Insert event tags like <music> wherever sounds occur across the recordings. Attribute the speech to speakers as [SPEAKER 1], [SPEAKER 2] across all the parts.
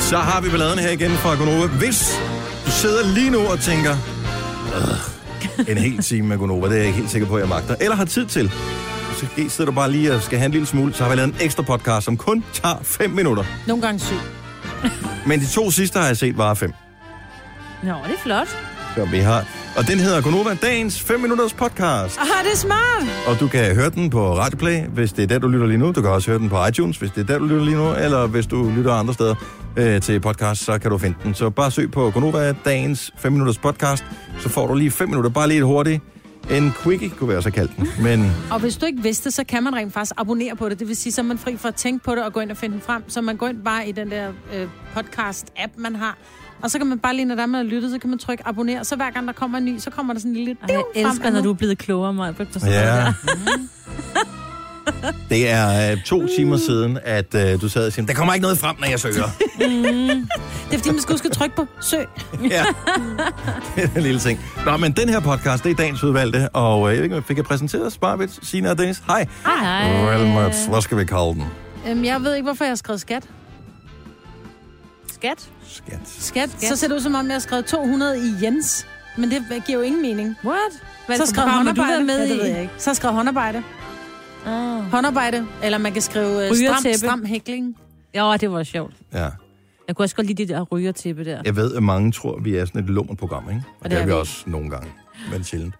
[SPEAKER 1] Så har vi balladen her igen fra Gonova. Hvis du sidder lige nu og tænker, "Ugh, en hel time med Gonova, det er jeg ikke helt sikker på, at jeg magter, eller har tid til, så sidder du bare lige og skal have en lille smule, så har vi lavet en ekstra podcast, som kun tager 5 minutter.
[SPEAKER 2] Nogle gange syv.
[SPEAKER 1] Men de to sidste har jeg set bare 5.
[SPEAKER 2] Nå, det er flot.
[SPEAKER 1] Så vi har. Og den hedder Gonova Dagens 5 Minutters Podcast.
[SPEAKER 2] Ah, det er smart.
[SPEAKER 1] Og du kan høre den på Radioplay, hvis det er der, du lytter lige nu. Du kan også høre den på iTunes, hvis det er der, du lytter lige nu. Eller hvis du lytter andre steder øh, til podcast, så kan du finde den. Så bare søg på Gonova Dagens 5 Minutters Podcast. Så får du lige 5 minutter, bare lige lidt hurtigt. En quickie kunne være så kaldt den. Men
[SPEAKER 2] Og hvis du ikke vidste, så kan man rent faktisk abonnere på det. Det vil sige, så er man fri for at tænke på det og gå ind og finde den frem. Så man går ind bare i den der øh, podcast-app, man har. Og så kan man bare lige, når der er med at lytte, så kan man trykke abonner. Så hver gang der kommer en ny, så kommer der sådan en lille...
[SPEAKER 3] Ej, jeg elsker, når du er blevet klogere, mig.
[SPEAKER 1] ja... Det er øh, to timer siden, at øh, du sad og sagde, der kommer ikke noget frem, når jeg søger.
[SPEAKER 2] Det er fordi, man skal huske at trykke på søg.
[SPEAKER 1] ja. Det er en lille ting. Nå, men den her podcast, det er dagens udvalgte, og øh, jeg ved ikke, om jeg fik jeg præsenteret os, Barbit, Sina og Dennis. Hej.
[SPEAKER 3] Hej.
[SPEAKER 1] Well, Mats, hvad skal vi kalde den?
[SPEAKER 2] Øhm, jeg ved ikke, hvorfor jeg har skrevet skat.
[SPEAKER 3] Skat.
[SPEAKER 1] Skat.
[SPEAKER 2] Skat. skat. Så ser det ud som om, jeg har skrevet 200 i Jens. Men det giver jo ingen mening.
[SPEAKER 3] What? Hvad
[SPEAKER 2] så skrev håndarbejde med
[SPEAKER 3] ja,
[SPEAKER 2] i.
[SPEAKER 3] det ved jeg ikke.
[SPEAKER 2] Så skrev håndarbejde.
[SPEAKER 3] Oh.
[SPEAKER 2] Håndarbejde. Eller man kan skrive øh, stram,
[SPEAKER 3] Rygertæppe.
[SPEAKER 2] stram hækling.
[SPEAKER 3] Ja, det var sjovt.
[SPEAKER 1] Ja.
[SPEAKER 3] Jeg kunne også godt lide det der rygertippe der.
[SPEAKER 1] Jeg ved, at mange tror, at vi er sådan et lummert program, ikke? Og, og det er vi
[SPEAKER 3] vi.
[SPEAKER 1] også nogle gange, men sjældent.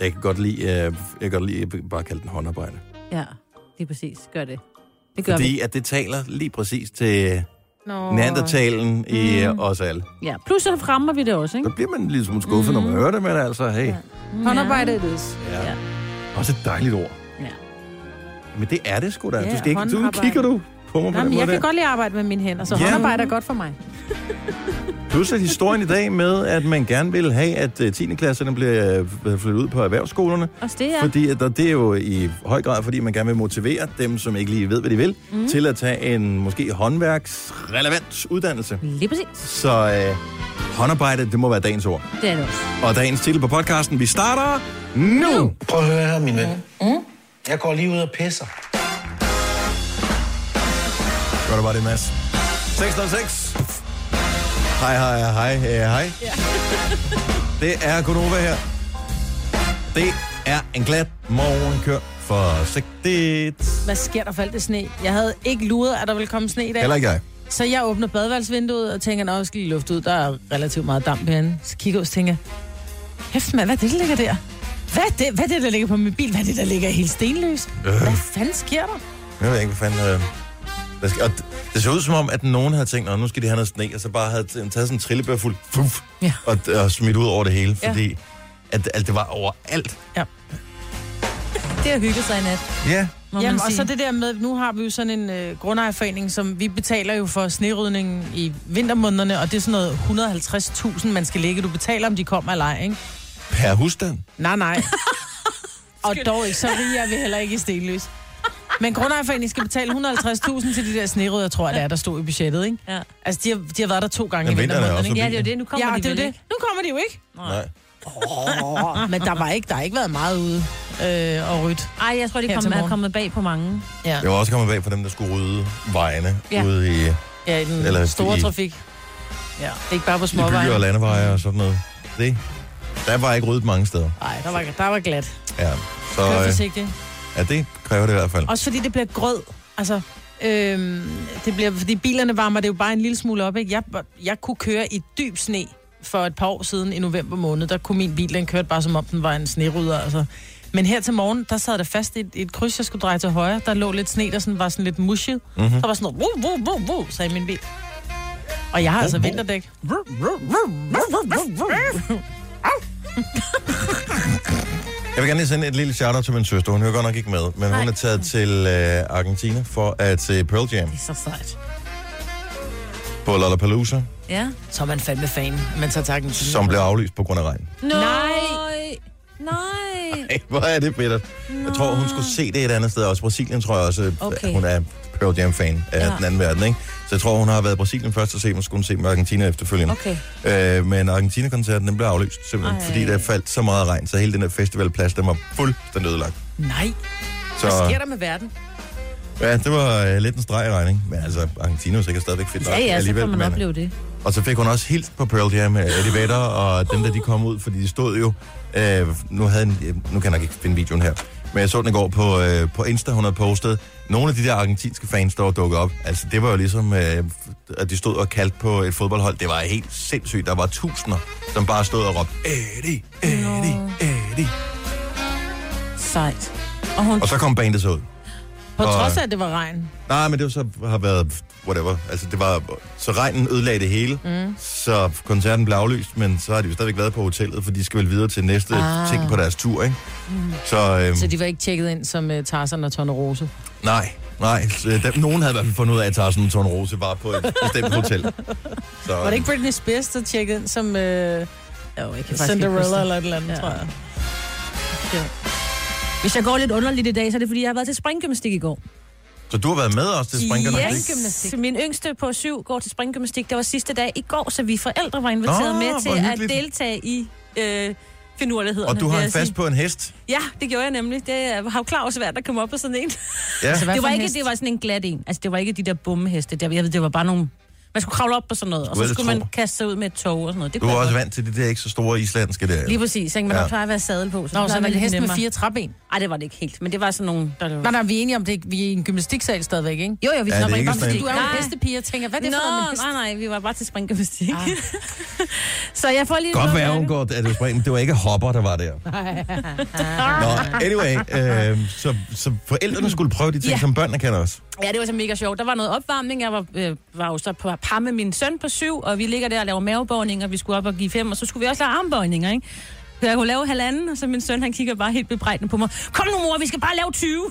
[SPEAKER 1] Jeg kan godt lide, øh, jeg kan godt lide bare kalde den håndarbejde.
[SPEAKER 3] Ja, det er præcis. Gør det. Det gør vi.
[SPEAKER 1] Fordi at det taler lige præcis til
[SPEAKER 2] Nå.
[SPEAKER 1] oh. neandertalen i øh, os alle.
[SPEAKER 3] Ja, plus så fremmer vi det også, ikke?
[SPEAKER 1] Så bliver man lidt smule skuffet, mm. når man hører det, men altså, hey. Ja.
[SPEAKER 2] Håndarbejde er det.
[SPEAKER 1] ja.
[SPEAKER 3] Ja.
[SPEAKER 1] Også et dejligt ord.
[SPEAKER 3] Ja.
[SPEAKER 1] Men det er det sgu da.
[SPEAKER 2] Ja,
[SPEAKER 1] du skal ikke, du
[SPEAKER 2] håndarbejde.
[SPEAKER 1] kigger du på mig på den
[SPEAKER 2] Jamen,
[SPEAKER 1] måde
[SPEAKER 2] jeg
[SPEAKER 1] der.
[SPEAKER 2] kan godt lide at arbejde med mine hænder, så
[SPEAKER 1] Ja.
[SPEAKER 2] håndarbejde er godt for mig.
[SPEAKER 1] Plus at historien i dag med, at man gerne vil have, at øh, 10. klasserne bliver øh, flyttet ud på erhvervsskolerne.
[SPEAKER 3] Også det, ja.
[SPEAKER 1] Ja. Fordi at der, det er jo i høj grad, fordi man gerne vil motivere dem, som ikke lige ved, hvad de vil, mm. til at tage en måske håndværksrelevant uddannelse.
[SPEAKER 3] Lige præcis.
[SPEAKER 1] Så øh, håndarbejde, det må være dagens ord.
[SPEAKER 3] Det er det også.
[SPEAKER 1] Og dagens titel på podcasten, vi starter nu!
[SPEAKER 4] Prøv at høre her, min ven. Jeg går lige ud og pisser.
[SPEAKER 1] Gør det bare det, Mads. 606. Hej, hej, hej, øh, hej. Ja. <laughs> det er Gunova her. Det er en glat morgenkør for sigtigt.
[SPEAKER 2] Hvad sker der for alt det sne? Jeg havde ikke luret, at der ville komme sne i dag.
[SPEAKER 1] Heller ikke jeg.
[SPEAKER 2] Så jeg åbner badeværelsesvinduet og tænker, nå, jeg skal lige lufte ud. Der er relativt meget damp herinde. Så kigger jeg ud og tænker, kæft mand, hvad er det, der ligger der? Hvad er det, hvad er det der ligger på min bil? Hvad er det, der ligger helt stenløs? Hvad fanden sker der?
[SPEAKER 1] Jeg ved ikke, hvad fanden... Øh, der skal, og det, det så ud som om, at nogen havde tænkt, "Nå, nu skal de have noget sne, og så bare havde taget sådan en trillebør fuld fuf,
[SPEAKER 2] Ja.
[SPEAKER 1] og, og smidt ud over det hele,
[SPEAKER 2] Ja.
[SPEAKER 1] fordi at, at det var overalt.
[SPEAKER 3] Det har hygget sig i nat,
[SPEAKER 1] Ja.
[SPEAKER 3] må
[SPEAKER 2] Jamen,
[SPEAKER 3] man
[SPEAKER 2] og
[SPEAKER 3] sige.
[SPEAKER 2] så det der med, nu har vi jo sådan en øh, grundejerforening, som vi betaler jo for snerydningen i vintermånederne, og det er sådan noget 150.000, man skal lægge. Du betaler, om de kommer eller ej, ikke?
[SPEAKER 1] Per husstand.
[SPEAKER 2] Nej, nej. og dog ikke, så rige er vi heller ikke i stenløs. Men grundejerforeningen skal betale 150.000 til de der snerød, jeg tror, det er, der stod i budgettet, ikke?
[SPEAKER 3] Ja.
[SPEAKER 2] Altså, de har, de har været der to gange
[SPEAKER 1] Men
[SPEAKER 2] i
[SPEAKER 1] vinteren er
[SPEAKER 2] vintermåneden,
[SPEAKER 1] også
[SPEAKER 2] ikke?
[SPEAKER 3] ja, det er jo det. Nu kommer
[SPEAKER 2] Ja,
[SPEAKER 3] de
[SPEAKER 2] det er
[SPEAKER 3] vel
[SPEAKER 2] jo det.
[SPEAKER 3] ikke.
[SPEAKER 2] Nu kommer de jo ikke.
[SPEAKER 1] Nej.
[SPEAKER 2] Oh, men der var ikke, der har ikke været meget ude øh, og rydde.
[SPEAKER 3] Ej, jeg tror, det
[SPEAKER 2] Her til
[SPEAKER 3] kommer, er
[SPEAKER 2] morgen.
[SPEAKER 3] kommet bag på mange.
[SPEAKER 2] Ja.
[SPEAKER 1] Jeg var også kommet bag for dem, der skulle rydde vejene ja.
[SPEAKER 3] Ja.
[SPEAKER 1] ude i...
[SPEAKER 2] ja, i den
[SPEAKER 1] Eller
[SPEAKER 2] store
[SPEAKER 1] i-
[SPEAKER 2] trafik. Ja, det er ikke bare på
[SPEAKER 1] i
[SPEAKER 2] småvejen.
[SPEAKER 1] byer og landeveje og sådan noget. Det, der var ikke ryddet mange steder.
[SPEAKER 2] Nej, der var, der var glat.
[SPEAKER 1] Ja, så
[SPEAKER 2] Kør
[SPEAKER 1] øh,
[SPEAKER 2] forsigtigt.
[SPEAKER 1] ja, det kræver det i hvert fald.
[SPEAKER 2] Også fordi det bliver grød. Altså, øhm, det bliver, fordi bilerne varmer det jo bare en lille smule op. Ikke? Jeg, jeg kunne køre i dyb sne for et par år siden i november måned. Der kunne min bil, den kørte bare som om den var en sneruder. Altså. Men her til morgen, der sad der fast i et, i et kryds, jeg skulle dreje til højre. Der lå lidt sne, der sådan var sådan lidt mushet.
[SPEAKER 1] Mhm.
[SPEAKER 2] Mm-hmm. Der var sådan noget, wuh, wuh, wuh, wuh, sagde min bil. Og jeg har altså vinterdæk.
[SPEAKER 1] Jeg vil gerne lige sende et lille shout-out til min søster. Hun hører godt nok ikke med, men hun er taget til øh, Argentina for at se Pearl Jam
[SPEAKER 3] Det er så sejt.
[SPEAKER 1] på Lollapalooza,
[SPEAKER 3] Ja.
[SPEAKER 2] Så er man fandme fan, men så tager den
[SPEAKER 1] som blev aflyst på grund af
[SPEAKER 3] <laughs>
[SPEAKER 1] regn.
[SPEAKER 3] Nej. Nej.
[SPEAKER 1] Hey, hvor er det bittert. Jeg tror, hun skulle se det et andet sted. Også Brasilien tror jeg også, at
[SPEAKER 3] Okay.
[SPEAKER 1] hun er Pearl Jam-fan af ja.
[SPEAKER 3] Ja.
[SPEAKER 1] den anden verden. Ikke? Så jeg tror, hun har været i Brasilien først og se, men så skulle hun se med Argentina efterfølgende.
[SPEAKER 3] Okay.
[SPEAKER 1] Øh, men Argentina-koncerten den blev aflyst, simpelthen, Ej.
[SPEAKER 3] Ej.
[SPEAKER 1] fordi der faldt så meget regn, så hele den der festivalplads, den var fuldstændig ødelagt.
[SPEAKER 2] Nej,
[SPEAKER 1] Så
[SPEAKER 2] hvad sker der med verden?
[SPEAKER 1] Ja, det var øh, lidt en streg i regning. Men altså, Argentina er sikkert stadigvæk fedt
[SPEAKER 3] Ja, ja, så
[SPEAKER 1] alligevel,
[SPEAKER 3] kan man
[SPEAKER 1] men-
[SPEAKER 3] opleve det.
[SPEAKER 1] Og så fik hun også helt på Pearl Jam med Eddie Vedder, og dem der de kom ud, fordi de stod jo... Øh, nu, havde en, øh, nu kan jeg nok ikke finde videoen her, men jeg så den i går på, øh, på Insta, hun havde postet. Nogle af de der argentinske fans, der var dukket op, altså det var jo ligesom, øh, at de stod og kaldte på et fodboldhold. Det var helt sindssygt. Der var tusinder, som bare stod og råbte, Eddie, Eddie, Eddie.
[SPEAKER 3] Sejt. Og hun,
[SPEAKER 1] Og så kom bandet så ud.
[SPEAKER 2] På
[SPEAKER 1] Og-
[SPEAKER 2] trods af, at det var regn.
[SPEAKER 1] Nej, men det var så har været whatever. Altså, det var, så regnen ødelagde det hele, mm. så koncerten blev aflyst, men så har de jo stadigvæk været på hotellet, for de skal vel videre til næste ah.
[SPEAKER 2] Ah.
[SPEAKER 1] ting på deres tur, ikke? Mm. Så, øhm,
[SPEAKER 2] Så de var ikke tjekket ind som uh, Tarzan og Tone Rose.
[SPEAKER 1] nej, nej. Så, øh, dem, nogen havde i hvert fald fundet ud af, at Tarzan og Tone Rose var på et bestemt hotel. Så,
[SPEAKER 2] Var det ikke Britney Spears, der tjekkede ind som uh,
[SPEAKER 3] jo, jeg kan faktisk ikke huske
[SPEAKER 2] Cinderella
[SPEAKER 3] det.
[SPEAKER 2] eller et eller andet,
[SPEAKER 3] Ja.
[SPEAKER 2] ja. tror jeg?
[SPEAKER 3] Hvis jeg går lidt underligt i dag, så er det, fordi jeg har været til springgymnastik i går.
[SPEAKER 1] så du har været med os til springgymnastik?
[SPEAKER 3] Yes. Min yngste på syv går til springgymnastik. Det var sidste dag i går, så vi forældre var inviteret
[SPEAKER 1] Nå,
[SPEAKER 3] med
[SPEAKER 1] hvor
[SPEAKER 3] til at
[SPEAKER 1] hyggeligt.
[SPEAKER 3] deltage i øh, finurlighederne.
[SPEAKER 1] Og du
[SPEAKER 3] vil
[SPEAKER 1] har en
[SPEAKER 3] jeg sige.
[SPEAKER 1] fast på en hest?
[SPEAKER 3] Ja, det gjorde jeg nemlig. Det øh, har jo Claus været, der kom op på sådan en.
[SPEAKER 1] Ja.
[SPEAKER 2] Altså, hvad
[SPEAKER 3] det
[SPEAKER 2] for
[SPEAKER 3] var
[SPEAKER 2] en
[SPEAKER 3] ikke,
[SPEAKER 2] hest?
[SPEAKER 3] det var sådan en glat en. Altså, det var ikke de der bummeheste. Der, jeg ved, det var bare nogle... Man skulle kravle op på sådan noget, og
[SPEAKER 1] Du
[SPEAKER 3] så
[SPEAKER 1] ellers
[SPEAKER 3] skulle man
[SPEAKER 1] tror.
[SPEAKER 3] kaste sig ud med et tog og sådan noget. Det
[SPEAKER 1] Du
[SPEAKER 3] kunne
[SPEAKER 1] er
[SPEAKER 3] jeg
[SPEAKER 1] også
[SPEAKER 3] godt.
[SPEAKER 1] vant til det der ikke så store islandske der.
[SPEAKER 3] Lige præcis, ikke? Men
[SPEAKER 1] Ja.
[SPEAKER 3] ja. der plejer at være sadel på. Så
[SPEAKER 2] Nå,
[SPEAKER 3] det
[SPEAKER 2] så er
[SPEAKER 3] plejer at
[SPEAKER 2] det en
[SPEAKER 3] være
[SPEAKER 2] hest
[SPEAKER 3] lidt
[SPEAKER 2] med
[SPEAKER 3] nemmere.
[SPEAKER 2] fire træben.
[SPEAKER 3] Ej, det var det ikke helt, men det var sådan nogle... Der...
[SPEAKER 2] Nej, nej, vi er enige om det. ikke. Vi er i en gymnastiksal stadigvæk, ikke?
[SPEAKER 3] Jo, jo, vi
[SPEAKER 1] Ja, det er
[SPEAKER 3] snapper
[SPEAKER 1] ikke
[SPEAKER 3] ikke
[SPEAKER 2] Bare
[SPEAKER 1] sådan
[SPEAKER 2] fordi
[SPEAKER 1] en-
[SPEAKER 2] du er jo
[SPEAKER 3] Nej.
[SPEAKER 2] en hestepige, jeg tænker, hvad er det
[SPEAKER 3] Nå,
[SPEAKER 2] for noget med hest?
[SPEAKER 3] nej, nej, vi var bare til springgymnastik.
[SPEAKER 2] Ah.
[SPEAKER 3] <laughs> så jeg får lige...
[SPEAKER 1] Godt
[SPEAKER 3] noget
[SPEAKER 1] være,
[SPEAKER 3] af
[SPEAKER 1] hun
[SPEAKER 3] det.
[SPEAKER 1] går, at det, spring. det var ikke hopper, der var der. Nå, anyway, øh, så, så forældrene skulle prøve de ting,
[SPEAKER 3] Ja.
[SPEAKER 1] som børnene kan også.
[SPEAKER 3] Ja, det var så mega sjovt. Der var noget opvarmning. Jeg var, øh, var jo så på par med min søn på syv, og vi ligger der og laver mavebøjninger. Vi skulle op og give fem, og så skulle vi også lave armbøjninger, ikke? Så jeg kunne lave halvanden, og så min søn, han kigger bare helt bebrejdende på mig. Kom nu, mor, vi skal bare lave 20.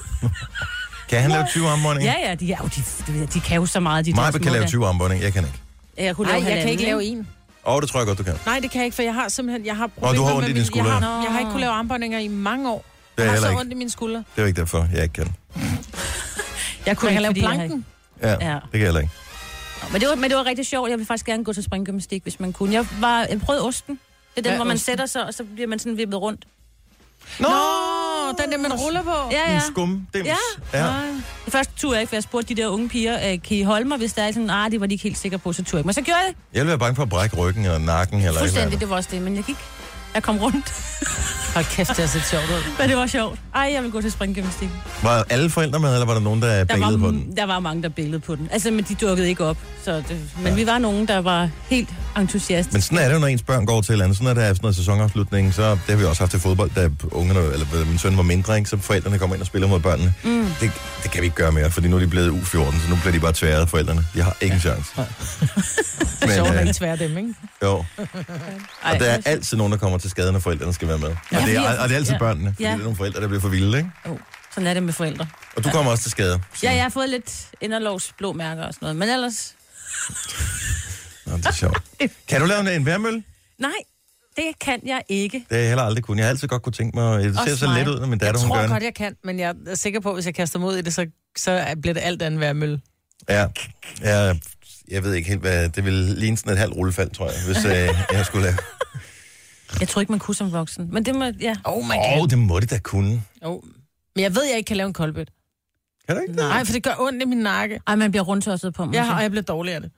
[SPEAKER 1] Kan han lave 20 armbåndinger?
[SPEAKER 3] Ja, ja, de, ja, de, de, de kan jo så meget, de der
[SPEAKER 1] Maja
[SPEAKER 3] små
[SPEAKER 1] kan lave
[SPEAKER 3] der.
[SPEAKER 1] 20 armbåndinger, jeg kan ikke.
[SPEAKER 3] Jeg kunne lave
[SPEAKER 2] Nej, jeg kan
[SPEAKER 3] halvanden,
[SPEAKER 2] ikke lave en.
[SPEAKER 1] Åh, oh, det tror jeg godt, du kan.
[SPEAKER 2] Nej, det kan jeg ikke, for jeg har simpelthen... Jeg har
[SPEAKER 1] har
[SPEAKER 2] problemer
[SPEAKER 1] ondt i
[SPEAKER 2] med
[SPEAKER 1] dine
[SPEAKER 2] min, jeg,
[SPEAKER 1] skuldre.
[SPEAKER 2] har, jeg har ikke kunne lave armbåndinger i mange år.
[SPEAKER 1] er
[SPEAKER 2] Jeg har
[SPEAKER 1] heller
[SPEAKER 2] så
[SPEAKER 1] ikke.
[SPEAKER 2] ondt i mine skuldre.
[SPEAKER 1] Det er ikke derfor, jeg ikke kan.
[SPEAKER 3] Jeg
[SPEAKER 2] Man kan
[SPEAKER 3] kunne ikke,
[SPEAKER 2] lave
[SPEAKER 3] fordi jeg har ikke-
[SPEAKER 2] planken.
[SPEAKER 1] Ja,
[SPEAKER 3] Ja.
[SPEAKER 1] det kan jeg heller ikke.
[SPEAKER 3] Nå, Men det, var, men det var rigtig sjovt. Jeg ville faktisk gerne gå til springgymnastik, hvis man kunne. Jeg, var, jeg prøvede osten. Det er den,
[SPEAKER 2] Hvad er
[SPEAKER 3] hvor man
[SPEAKER 2] osten?
[SPEAKER 3] sætter sig, og så bliver man sådan vippet rundt.
[SPEAKER 1] Nå,
[SPEAKER 2] Åh, den der, man ruller på.
[SPEAKER 3] Ja,
[SPEAKER 1] en
[SPEAKER 3] ja.
[SPEAKER 1] skumdims.
[SPEAKER 3] Ja.
[SPEAKER 1] ja.
[SPEAKER 3] Det første tur jeg ikke, for jeg spurgte de der unge piger, øh, kan I holde mig, hvis der er sådan, ah, det var de ikke helt sikre på, så tur jeg ikke. Men så gjorde jeg det.
[SPEAKER 1] Jeg ville være bange for at brække ryggen eller nakken eller et eller
[SPEAKER 3] Fuldstændig,
[SPEAKER 1] andet.
[SPEAKER 3] det var også det, men jeg gik. Jeg kom rundt,
[SPEAKER 2] Hold kæft, det har set sjovt ud.
[SPEAKER 3] <laughs> men det var sjovt. Ej, jeg vil gå til springgymnastik.
[SPEAKER 1] Var alle forældre med, eller var der nogen, der,
[SPEAKER 3] Der
[SPEAKER 1] bælede på den?
[SPEAKER 3] var, der var mange, der billede på den. Altså, men de dukkede ikke op. Så det, men ja. vi var nogen, der var helt entusiast.
[SPEAKER 1] Men sådan er det jo, når ens børn går til et eller andet. Sådan er det efter noget sæsonafslutning. Så det har vi også haft til fodbold, da ungerne, eller min søn var mindre, ikke? så forældrene kommer ind og spiller mod børnene. Mm. Det, det, kan vi ikke gøre mere, fordi nu er de blevet U14, så nu bliver de bare tværet, forældrene. De har ikke en chance. <laughs>
[SPEAKER 2] Det er sjovt, at
[SPEAKER 1] øh,
[SPEAKER 2] ikke tvære dem, ikke?
[SPEAKER 1] jo.
[SPEAKER 3] Ej,
[SPEAKER 1] Og der er altid nogen, der kommer til skade, når forældrene skal være med. Ja, og, det er, og det er altid
[SPEAKER 3] ja.
[SPEAKER 1] børnene, fordi ja.
[SPEAKER 3] Ja.
[SPEAKER 1] det er nogle forældre, der bliver for vilde, ikke?
[SPEAKER 3] oh, sådan er det med forældre.
[SPEAKER 1] Og du kommer også til skade.
[SPEAKER 3] Ja, jeg har fået lidt inderlovs blå mærker og sådan noget, men ellers...
[SPEAKER 1] Nå, det er sjovt. Kan du lave en- en værmølle?
[SPEAKER 3] Nej, det kan jeg ikke.
[SPEAKER 1] Det har jeg heller aldrig kunnet. Jeg har altid godt kunne tænke mig, det ser
[SPEAKER 3] Også
[SPEAKER 1] så
[SPEAKER 3] mig.
[SPEAKER 1] let ud, når min datter,
[SPEAKER 2] Jeg
[SPEAKER 1] hun
[SPEAKER 2] tror
[SPEAKER 1] gør
[SPEAKER 2] godt,
[SPEAKER 1] det.
[SPEAKER 2] jeg kan, men jeg er sikker på, at hvis jeg kaster mig ud i det, så, så bliver det alt andet værmølle.
[SPEAKER 1] Ja. ja. Jeg ved ikke helt, hvad... Det ville ligne sådan et halvt rullefald, tror jeg, hvis øh, jeg skulle lave...
[SPEAKER 3] Jeg tror ikke, man kunne som voksen. Men det må... Ja.
[SPEAKER 2] Oh my
[SPEAKER 1] Åh, oh, det må det da kunne.
[SPEAKER 2] Oh. Men jeg ved, jeg ikke kan lave en koldbøt.
[SPEAKER 1] Kan du ikke det?
[SPEAKER 2] Nej, for det gør ondt i min nakke.
[SPEAKER 3] Ej, man bliver rundtosset på mig.
[SPEAKER 2] Jeg har, og jeg bliver dårlig af det.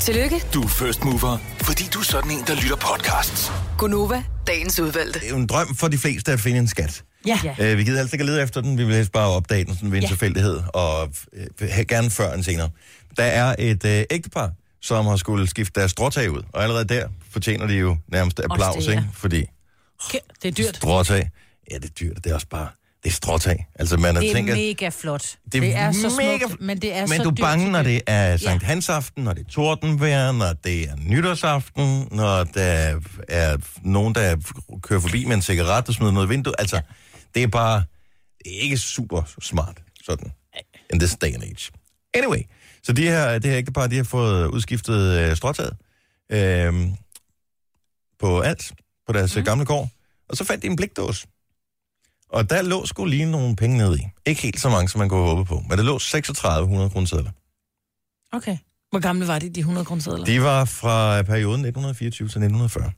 [SPEAKER 5] Tillykke,
[SPEAKER 6] Du er first mover, fordi du er sådan en, der lytter podcasts.
[SPEAKER 5] Gunova, dagens udvalgte.
[SPEAKER 1] Det er jo en drøm for de fleste at finde en skat.
[SPEAKER 2] Ja.
[SPEAKER 3] Ja.
[SPEAKER 1] Øh, vi gider altså ikke at lede efter den. Vi vil helst bare opdage den sådan ved en ja. tilfældighed, og øh, he- gerne før end senere. Der er et øh, ægtepar, som har skulle skifte deres stråtag ud, og allerede der fortjener de jo nærmest applaus,
[SPEAKER 3] det,
[SPEAKER 1] det,
[SPEAKER 3] ja.
[SPEAKER 1] ja. ikke? Fordi
[SPEAKER 2] Det er dyrt.
[SPEAKER 1] stråtag, ja, det er dyrt, og det er også bare, det er stråtag. Altså, man
[SPEAKER 3] Det er
[SPEAKER 1] tænker,
[SPEAKER 3] mega flot.
[SPEAKER 1] det,
[SPEAKER 2] Det er så
[SPEAKER 1] mega
[SPEAKER 2] smukt, men det er
[SPEAKER 1] men
[SPEAKER 2] så
[SPEAKER 1] du er
[SPEAKER 2] dyrt.
[SPEAKER 1] bange, når det er Sankt
[SPEAKER 3] Ja.
[SPEAKER 1] Hansaften, når det er tordenvejr, når det er nytårsaften, når der er nogen, der kører forbi med en cigaret og smider noget i vinduet. Altså, det er bare det er ikke super smart, sådan, in this day and age. Anyway, så de her, det her ægtepar, de har fået udskiftet øh, stråtaget øh, på alt, på deres
[SPEAKER 2] Mhm.
[SPEAKER 1] mm. gamle gård, og så fandt de en blikdås. Og der lå skulle lige nogle penge ned i. Ikke helt så mange, som man kunne håbe på, men der lå 3600 kroner sædler.
[SPEAKER 2] Okay. Hvor gamle var de, de 100 kroner sædler?
[SPEAKER 1] De var fra perioden 1924 til 1940.